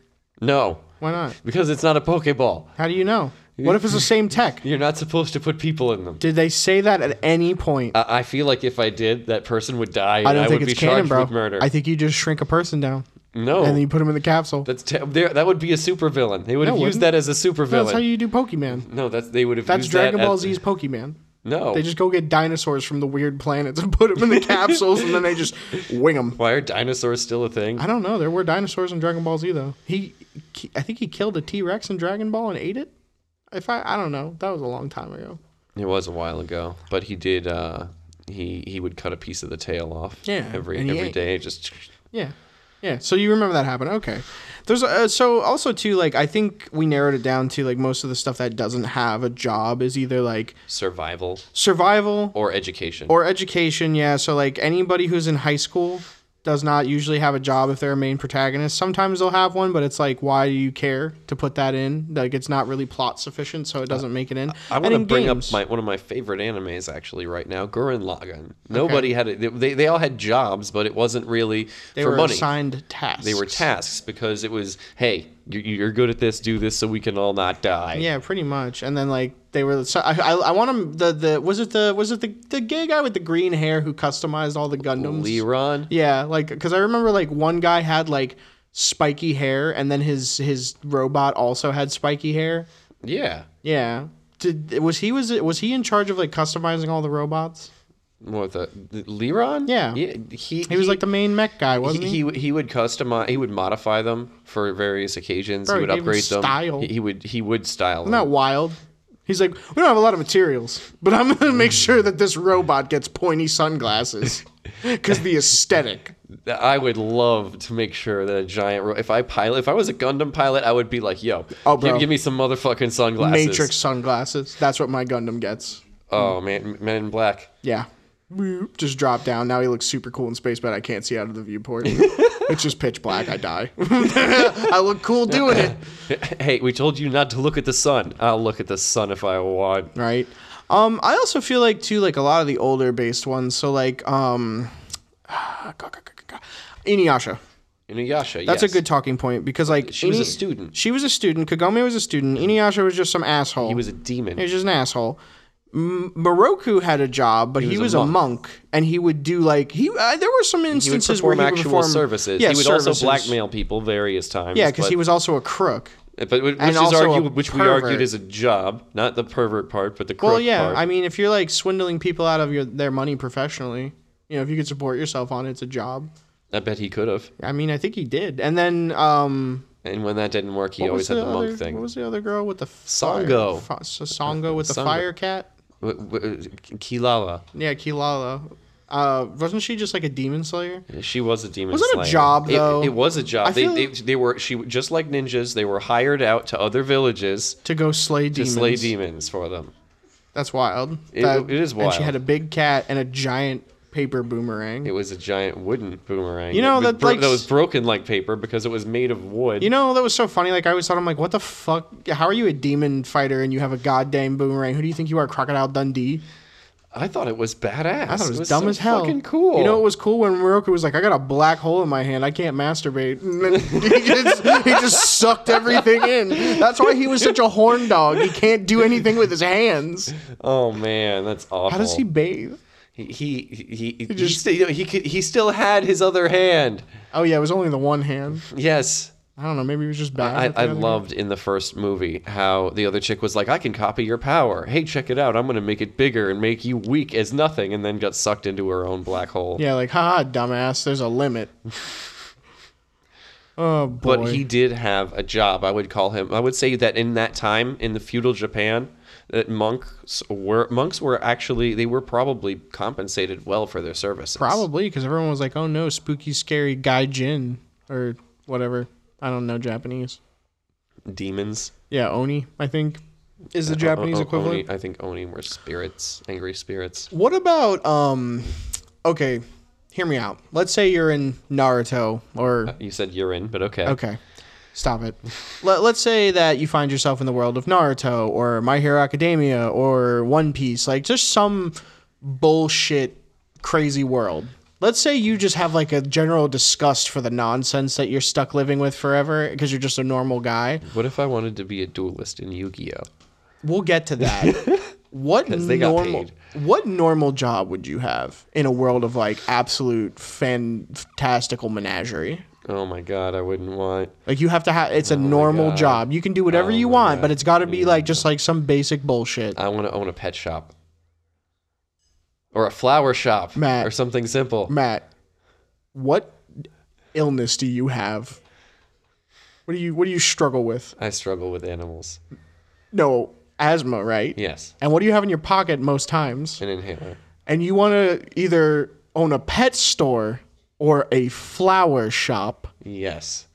Speaker 3: No,
Speaker 1: Why not?
Speaker 3: because it's not a Pokeball.
Speaker 1: How do you know? What if it's the same tech?
Speaker 3: You're not supposed to put people in them.
Speaker 1: Did they say that at any point?
Speaker 3: I, I feel like if I did, that person would die, and
Speaker 1: I
Speaker 3: Uh, I,
Speaker 1: don't
Speaker 3: would
Speaker 1: think
Speaker 3: be
Speaker 1: it's canon,
Speaker 3: charged
Speaker 1: bro.
Speaker 3: with murder. Oh.
Speaker 1: I think you just shrink a person down
Speaker 3: no,
Speaker 1: and then you put them in the capsule.
Speaker 3: that's te- there, that would be a supervillain. They would
Speaker 1: No,
Speaker 3: have used
Speaker 1: wouldn't.
Speaker 3: that as a supervillain.
Speaker 1: That's how you do Pokemon.
Speaker 3: no, that's they would have.
Speaker 1: That's
Speaker 3: used
Speaker 1: Dragon
Speaker 3: that
Speaker 1: Ball
Speaker 3: as- Oh.
Speaker 1: Z's Pokemon.
Speaker 3: No.
Speaker 1: They just go get dinosaurs from the weird planets and put them in the capsules, and then they just wing them.
Speaker 3: Why are dinosaurs still a thing?
Speaker 1: I don't know. There were dinosaurs in Dragon Ball Z though. He, ki- I think he killed a T Rex in Dragon Ball and ate it. If I, I don't know. That was a long time ago.
Speaker 3: It was a while ago, but he did. Uh, he he would cut a piece of the tail off.
Speaker 1: Yeah,
Speaker 3: Every
Speaker 1: and he
Speaker 3: every
Speaker 1: ate.
Speaker 3: day, just
Speaker 1: Yeah. Yeah. So you remember that happened. Okay. There's uh, so also too like I think we narrowed it down to like most of the stuff that doesn't have a job is either like
Speaker 3: survival
Speaker 1: survival
Speaker 3: or education.
Speaker 1: or education. Yeah. So like anybody who's in high school does not usually have a job if they're a main protagonist. Sometimes they'll have one, but it's like why do you care to put that in? Like it's not really plot sufficient, so it doesn't make it in.
Speaker 3: I
Speaker 1: And
Speaker 3: want to
Speaker 1: in
Speaker 3: bring
Speaker 1: games-
Speaker 3: up my, one of my favorite animes actually right now, Gurren Lagann. Nobody had it. They, they all had jobs, but it wasn't really
Speaker 1: they
Speaker 3: for
Speaker 1: were
Speaker 3: money.
Speaker 1: assigned tasks.
Speaker 3: They were tasks because it was, hey, you're, you're good at this. Do this so we can all not die.
Speaker 1: Yeah, pretty much. And then like they were. So I, I, I want him. The the was it the was it the the gay guy with the green hair who customized all the Gundams?
Speaker 3: Leron.
Speaker 1: Yeah, like because I remember like one guy had like spiky hair, and then his his robot also had spiky hair.
Speaker 3: Yeah.
Speaker 1: Yeah. Did was he was it was he in charge of like customizing all the robots?
Speaker 3: What the, the Leron?
Speaker 1: Yeah.
Speaker 3: He
Speaker 1: He was like the main mech guy, wasn't he?
Speaker 3: he, he he would customize he would modify them for various occasions
Speaker 1: Bro,
Speaker 3: he
Speaker 1: he
Speaker 3: would
Speaker 1: gave 'em
Speaker 3: upgrade them
Speaker 1: style.
Speaker 3: He, he would he would style
Speaker 1: Isn't that
Speaker 3: them.
Speaker 1: wild? He's like, we don't have a lot of materials, but I'm gonna make sure that this robot gets pointy sunglasses, cause the aesthetic.
Speaker 3: I would love to make sure that a giant ro- if I pilot if I was a Gundam pilot I would be like yo
Speaker 1: Oh,
Speaker 3: give,
Speaker 1: bro.
Speaker 3: give me some motherfucking sunglasses
Speaker 1: Matrix sunglasses. That's what my Gundam gets.
Speaker 3: oh man Men in Black
Speaker 1: Yeah. Boop. Just drop down. Now he looks super cool in space, but I can't see out of the viewport. it's just pitch black. I die. I look cool doing it.
Speaker 3: hey we told you not to look at the sun I'll look at the sun if I want
Speaker 1: Right. Um, I also feel like too, like a lot of the older based ones. So like, um, Inuyasha.
Speaker 3: Inuyasha
Speaker 1: That's
Speaker 3: yes.
Speaker 1: a good talking point because like
Speaker 3: She was a student. Mm-hmm.
Speaker 1: She was a student. Kagome was a student. Inuyasha was just some asshole.
Speaker 3: he was a demon
Speaker 1: He was just an asshole. M- Moroku had a job, but he was, a, monk. and he would do like he. Uh, there were some
Speaker 3: he would
Speaker 1: instances
Speaker 3: perform
Speaker 1: where he
Speaker 3: actual
Speaker 1: would perform
Speaker 3: services
Speaker 1: Yeah,
Speaker 3: he would
Speaker 1: services.
Speaker 3: also blackmail people various times
Speaker 1: Yeah, because
Speaker 3: but-
Speaker 1: he was also a crook.
Speaker 3: But wh- which is
Speaker 1: also a
Speaker 3: argued, which we
Speaker 1: pervert.
Speaker 3: argued is a job, not the pervert part, but the crook
Speaker 1: Well, yeah.
Speaker 3: part.
Speaker 1: I mean, if you're like swindling people out of your their money professionally, you know, if you could support yourself on it, it's a job.
Speaker 3: I bet he could have.
Speaker 1: I mean, I think he did. And then, um,
Speaker 3: And when that didn't work, he
Speaker 1: what
Speaker 3: always
Speaker 1: was
Speaker 3: had
Speaker 1: the,
Speaker 3: the monk
Speaker 1: other,
Speaker 3: thing.
Speaker 1: What was the other girl with the fire-
Speaker 3: Sango.
Speaker 1: fi- so Sango with the
Speaker 3: Sango.
Speaker 1: fire cat.
Speaker 3: W- w- Kilala.
Speaker 1: Yeah, Kilala. Uh, wasn't she just like a demon slayer?
Speaker 3: She was a demon.
Speaker 1: Was it a
Speaker 3: slayer.
Speaker 1: job,
Speaker 3: It-
Speaker 1: though?
Speaker 3: It, was a
Speaker 1: I
Speaker 3: job. They,
Speaker 1: feel-
Speaker 3: they, they were she just like ninjas. They were hired out to other villages
Speaker 1: To go slay
Speaker 3: to
Speaker 1: demons.
Speaker 3: slay demons for them.
Speaker 1: That's wild.
Speaker 3: It- it is
Speaker 1: And she
Speaker 3: wild.
Speaker 1: had a big cat and a giant paper boomerang.
Speaker 3: It was a giant wooden boomerang.
Speaker 1: You know,
Speaker 3: It was
Speaker 1: that, like,
Speaker 3: that was broken like paper because it was made of wood.
Speaker 1: you know, that was so funny. Like, I always thought, I'm like, what the fuck? How are you a demon fighter and you have a goddamn boomerang? Who do you think you are, Crocodile Dundee?
Speaker 3: I thought it was badass.
Speaker 1: I thought it was, dumb
Speaker 3: so
Speaker 1: as hell.
Speaker 3: Fucking cool.
Speaker 1: You know, it was cool when Moroku was like, I got a black hole in my hand. I can't masturbate. And then he, just, he just sucked everything in. That's why he was such a horn dog. He can't do anything with his hands.
Speaker 3: Oh man, that's awful.
Speaker 1: How does he bathe?
Speaker 3: He he he, he,
Speaker 1: just-
Speaker 3: st- you know, he could he still had his other hand.
Speaker 1: Oh, yeah, it was only the one hand.
Speaker 3: Yes.
Speaker 1: I don't know. Maybe he was just bad.
Speaker 3: I,
Speaker 1: at the
Speaker 3: I
Speaker 1: other
Speaker 3: loved in the first movie how the other chick was like, I can copy your power. Hey, check it out. I'm going to make it bigger and make you weak as nothing, and then got sucked into her own black hole.
Speaker 1: game. Yeah, like, haha, dumbass, there's a limit. oh, boy.
Speaker 3: but he did have a job. I would call him, I would say that in that time in the feudal Japan, that monks were monks were actually they were probably compensated well for their services.
Speaker 1: Probably because everyone was like, "Oh no, spooky, scary gaijin or whatever." I don't know Japanese.
Speaker 3: demons.
Speaker 1: Yeah, oni, I think, is the
Speaker 3: O-
Speaker 1: Japanese
Speaker 3: o-
Speaker 1: equivalent.
Speaker 3: Oni- I think Oni were spirits, angry spirits.
Speaker 1: What about um? Okay, hear me out. Let's say you're in Naruto or
Speaker 3: You said urine, but okay.
Speaker 1: okay. Stop it. Let, let's say that you find yourself in the world of Naruto or My Hero Academia or One Piece, like just some bullshit crazy world. Let's say you just have like a general disgust for the nonsense that you're stuck living with forever because you're just a normal guy.
Speaker 3: What if I wanted to be a duelist in Yu-Gi-Oh?
Speaker 1: We'll get to that. What
Speaker 3: 'Cause they got
Speaker 1: normal what normal job would you have in a world of like absolute fantastical menagerie?
Speaker 3: Oh my god, I wouldn't want.
Speaker 1: Like you have to have it's a normal
Speaker 3: Oh God.
Speaker 1: job. You can do whatever
Speaker 3: Oh
Speaker 1: you
Speaker 3: my
Speaker 1: want,
Speaker 3: God. Uh,
Speaker 1: but it's got to be like just like some basic bullshit.
Speaker 3: I want to own a pet shop. or a flower shop
Speaker 1: Matt.
Speaker 3: or something simple.
Speaker 1: Matt, what illness do you have? What do you what do you struggle with?
Speaker 3: I struggle with animals.
Speaker 1: No, asthma, right?
Speaker 3: Yes,
Speaker 1: And what do you have in your pocket most times?
Speaker 3: an inhaler.
Speaker 1: And you want to either own a pet store or a flower shop.
Speaker 3: Yes.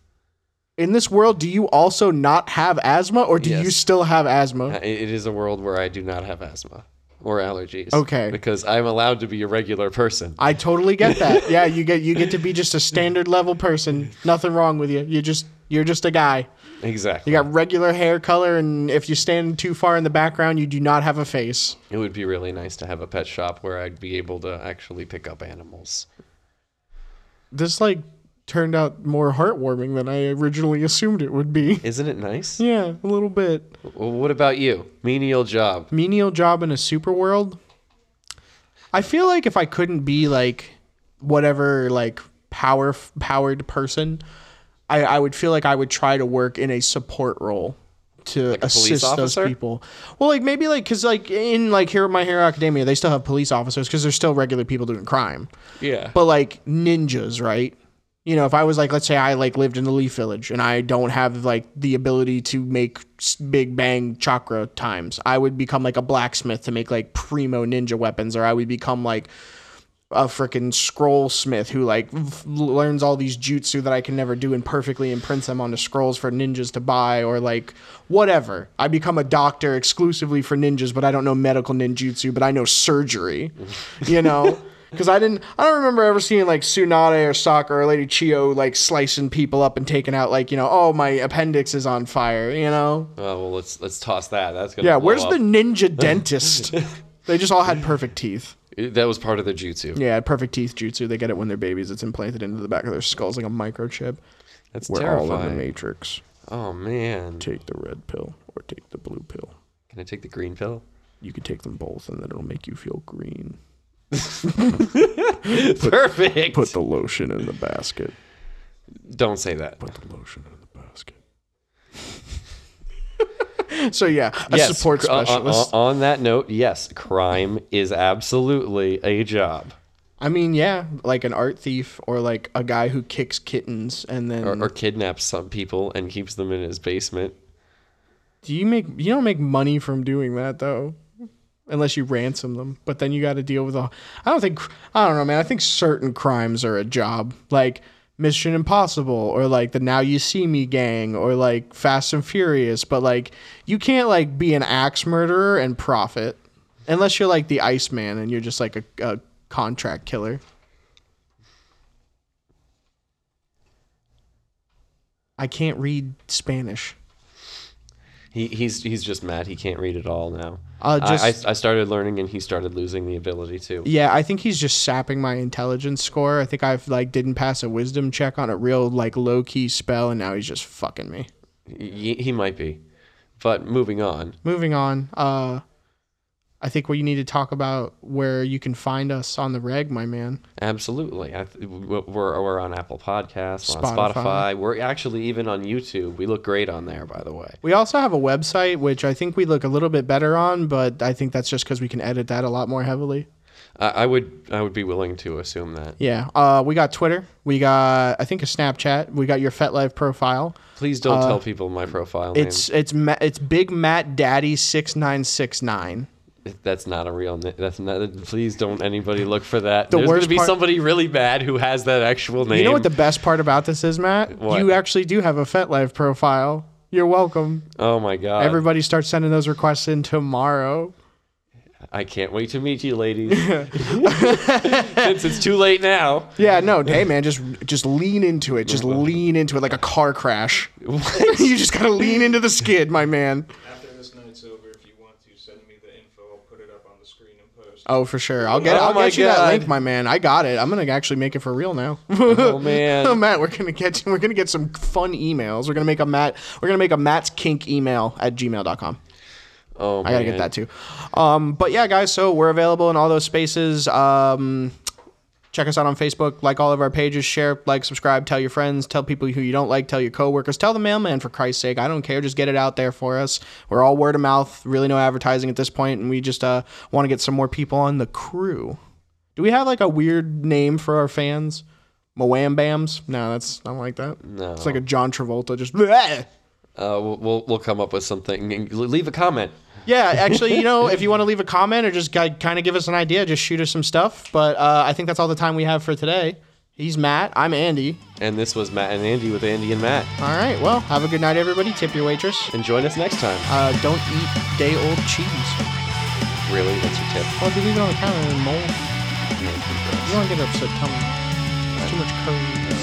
Speaker 1: In this world, do you also not have asthma or do
Speaker 3: Yes.
Speaker 1: you still have asthma?
Speaker 3: I- It is a world where I do not have asthma or allergies.
Speaker 1: Okay.
Speaker 3: Because I'm allowed to be a regular person.
Speaker 1: I totally get that. yeah, you get you get to be just a standard level person. Nothing wrong with you. You just you're just a guy.
Speaker 3: Exactly.
Speaker 1: You got regular hair color, and if you stand too far in the background, you do not have a face.
Speaker 3: It would be really nice to have a pet shop where I'd be able to actually pick up animals.
Speaker 1: This like turned out more heartwarming than I originally assumed it would be.
Speaker 3: Isn't it nice?
Speaker 1: yeah, a little bit.
Speaker 3: Well, what about you? Menial job.
Speaker 1: Menial job in a super world. I feel like if I couldn't be like whatever like power powered person, I, I would feel like I would try to work in a support role to
Speaker 3: police
Speaker 1: assist those
Speaker 3: officer?
Speaker 1: people. Well, like maybe like because like in like here at my Hero Academia, they still have police officers because they're still regular people doing crime.
Speaker 3: Yeah.
Speaker 1: But like ninjas, right? You know, if I was like, let's say I like lived in the Leaf Village and I don't have like the ability to make s- Big Bang chakra times, I would become like a blacksmith to make like primo ninja weapons, or I would become like a freaking scroll smith who like f- learns all these jutsu that I can never do and perfectly imprints them onto scrolls for ninjas to buy or like whatever. I become a doctor exclusively for ninjas, but I don't know medical ninjutsu, but I know surgery. You know, because I didn't. I don't remember ever seeing like Tsunade or Sokka or Lady Chio like slicing people up and taking out like you know, oh my appendix is on fire. You know,
Speaker 3: Oh, well, let's let's toss that. That's gonna.
Speaker 1: yeah.
Speaker 3: blow
Speaker 1: Where's
Speaker 3: up.
Speaker 1: the ninja dentist? they just all had perfect teeth.
Speaker 3: It- That was part of the jutsu.
Speaker 1: Yeah, perfect teeth jutsu. They get it when they're babies. It's implanted into the back of their skulls like a microchip.
Speaker 3: That's
Speaker 1: We're all in the
Speaker 3: terrifying.
Speaker 1: matrix.
Speaker 3: oh man.
Speaker 1: Take the red pill or take the blue pill.
Speaker 3: Can I take the green pill?
Speaker 1: You could take them both, and then it'll make you feel green.
Speaker 3: Perfect.
Speaker 1: Put the lotion in the basket.
Speaker 3: Don't say that.
Speaker 1: Put the lotion in the basket. so yeah, a support
Speaker 3: cr- on- on-
Speaker 1: specialist.
Speaker 3: On, that note, yes, crime is absolutely a job.
Speaker 1: I mean, yeah, like an art thief or like a guy who kicks kittens and then
Speaker 3: Or, or kidnaps some people and keeps them in his basement.
Speaker 1: Do you make you don't make money from doing that though, unless you ransom them. But then you got to deal with all. I don't think I don't know, man. I think certain crimes are a job, like Mission Impossible or like the Now You See Me gang or like Fast and Furious. But like you can't like be an axe murderer and profit, unless you're like the Iceman and you're just like a, a contract killer. I can't read Spanish.
Speaker 3: He, he's he's just mad he can't read at all now.
Speaker 1: Uh,
Speaker 3: I-
Speaker 1: just-
Speaker 3: I, I started learning and he started losing the ability to.
Speaker 1: Yeah, I think he's just sapping my intelligence score. I think I've like didn't pass a wisdom check on a real like low key spell, and now he's just fucking me.
Speaker 3: He, he might be. But moving on.
Speaker 1: Moving on. Uh, I think we need to talk about where you can find us on the reg, my man.
Speaker 3: Absolutely. I th- we're, we're on Apple Podcasts, we're on
Speaker 1: Spotify.
Speaker 3: Spotify. We're actually even on YouTube. We look great on there, by the way.
Speaker 1: We also have a website, which I think we look a little bit better on, but I think that's just because we can edit that a lot more heavily.
Speaker 3: I, I would I would be willing to assume that.
Speaker 1: Yeah. Uh, we got Twitter. We got I think a Snapchat. We got your FetLife profile.
Speaker 3: Please don't tell people my profile name.
Speaker 1: Uh, It's it's Ma- it's Big Matt Daddy six nine six nine.
Speaker 3: That's not a real name. That's not. Please don't anybody look for that.
Speaker 1: The
Speaker 3: There's going to
Speaker 1: worst
Speaker 3: be
Speaker 1: part-
Speaker 3: somebody really bad who has that actual name.
Speaker 1: You know what the best part about this is, Matt?
Speaker 3: What?
Speaker 1: You actually do have a FetLife profile. You're welcome.
Speaker 3: oh my god!
Speaker 1: Everybody starts sending those requests in tomorrow.
Speaker 3: I can't wait to meet you, ladies. Since it's too late now.
Speaker 1: Yeah, no, hey man, just just lean into it. Just lean into it like a car crash. you just gotta lean into the skid, my man.
Speaker 5: After this night's over, if you want to send me the info, I'll put it up on the screen and post.
Speaker 1: Oh, for sure. I'll get
Speaker 3: Oh
Speaker 1: I'll
Speaker 3: my
Speaker 1: get you that
Speaker 3: God.
Speaker 1: link, my man. I got it. I'm gonna actually make it for real now.
Speaker 3: Oh
Speaker 1: Oh,
Speaker 3: man.
Speaker 1: Matt, we're gonna get we're gonna get some fun emails. We're gonna make a Matt we're gonna make a Matt's kink email at gmail.com.
Speaker 3: Oh,
Speaker 1: I gotta get that too. Um, but yeah, guys, so we're available in all those spaces. Um, check us out on Facebook, like all of our pages, share, like, subscribe, tell your friends, tell people who you don't like, tell your coworkers, tell the mailman for Christ's sake. I don't care, just get it out there for us. We're all word of mouth, really no advertising at this point, and we just uh, want to get some more people on the crew. Do we have like a weird name for our fans? Moambams? No, that's I don't like that.
Speaker 3: No.
Speaker 1: It's like a John Travolta just bleh.
Speaker 3: Uh, we'll, we'll we'll come up with something. and Leave a comment.
Speaker 1: Yeah, actually, you know, if you want to leave a comment or just kind of give us an idea, just shoot us some stuff. But uh, I think that's all the time we have for today. He's Matt. I'm Andy.
Speaker 3: And this was Matt and Andy with Andy and Matt.
Speaker 1: All right. Well, have a good night, everybody. Tip your waitress.
Speaker 3: And join us next time.
Speaker 1: Uh, don't eat day old cheese. Oh,
Speaker 3: Really, that's your tip.
Speaker 1: Well, if you leave it on the counter and mold, you don't get upset tummy. It's too much curry.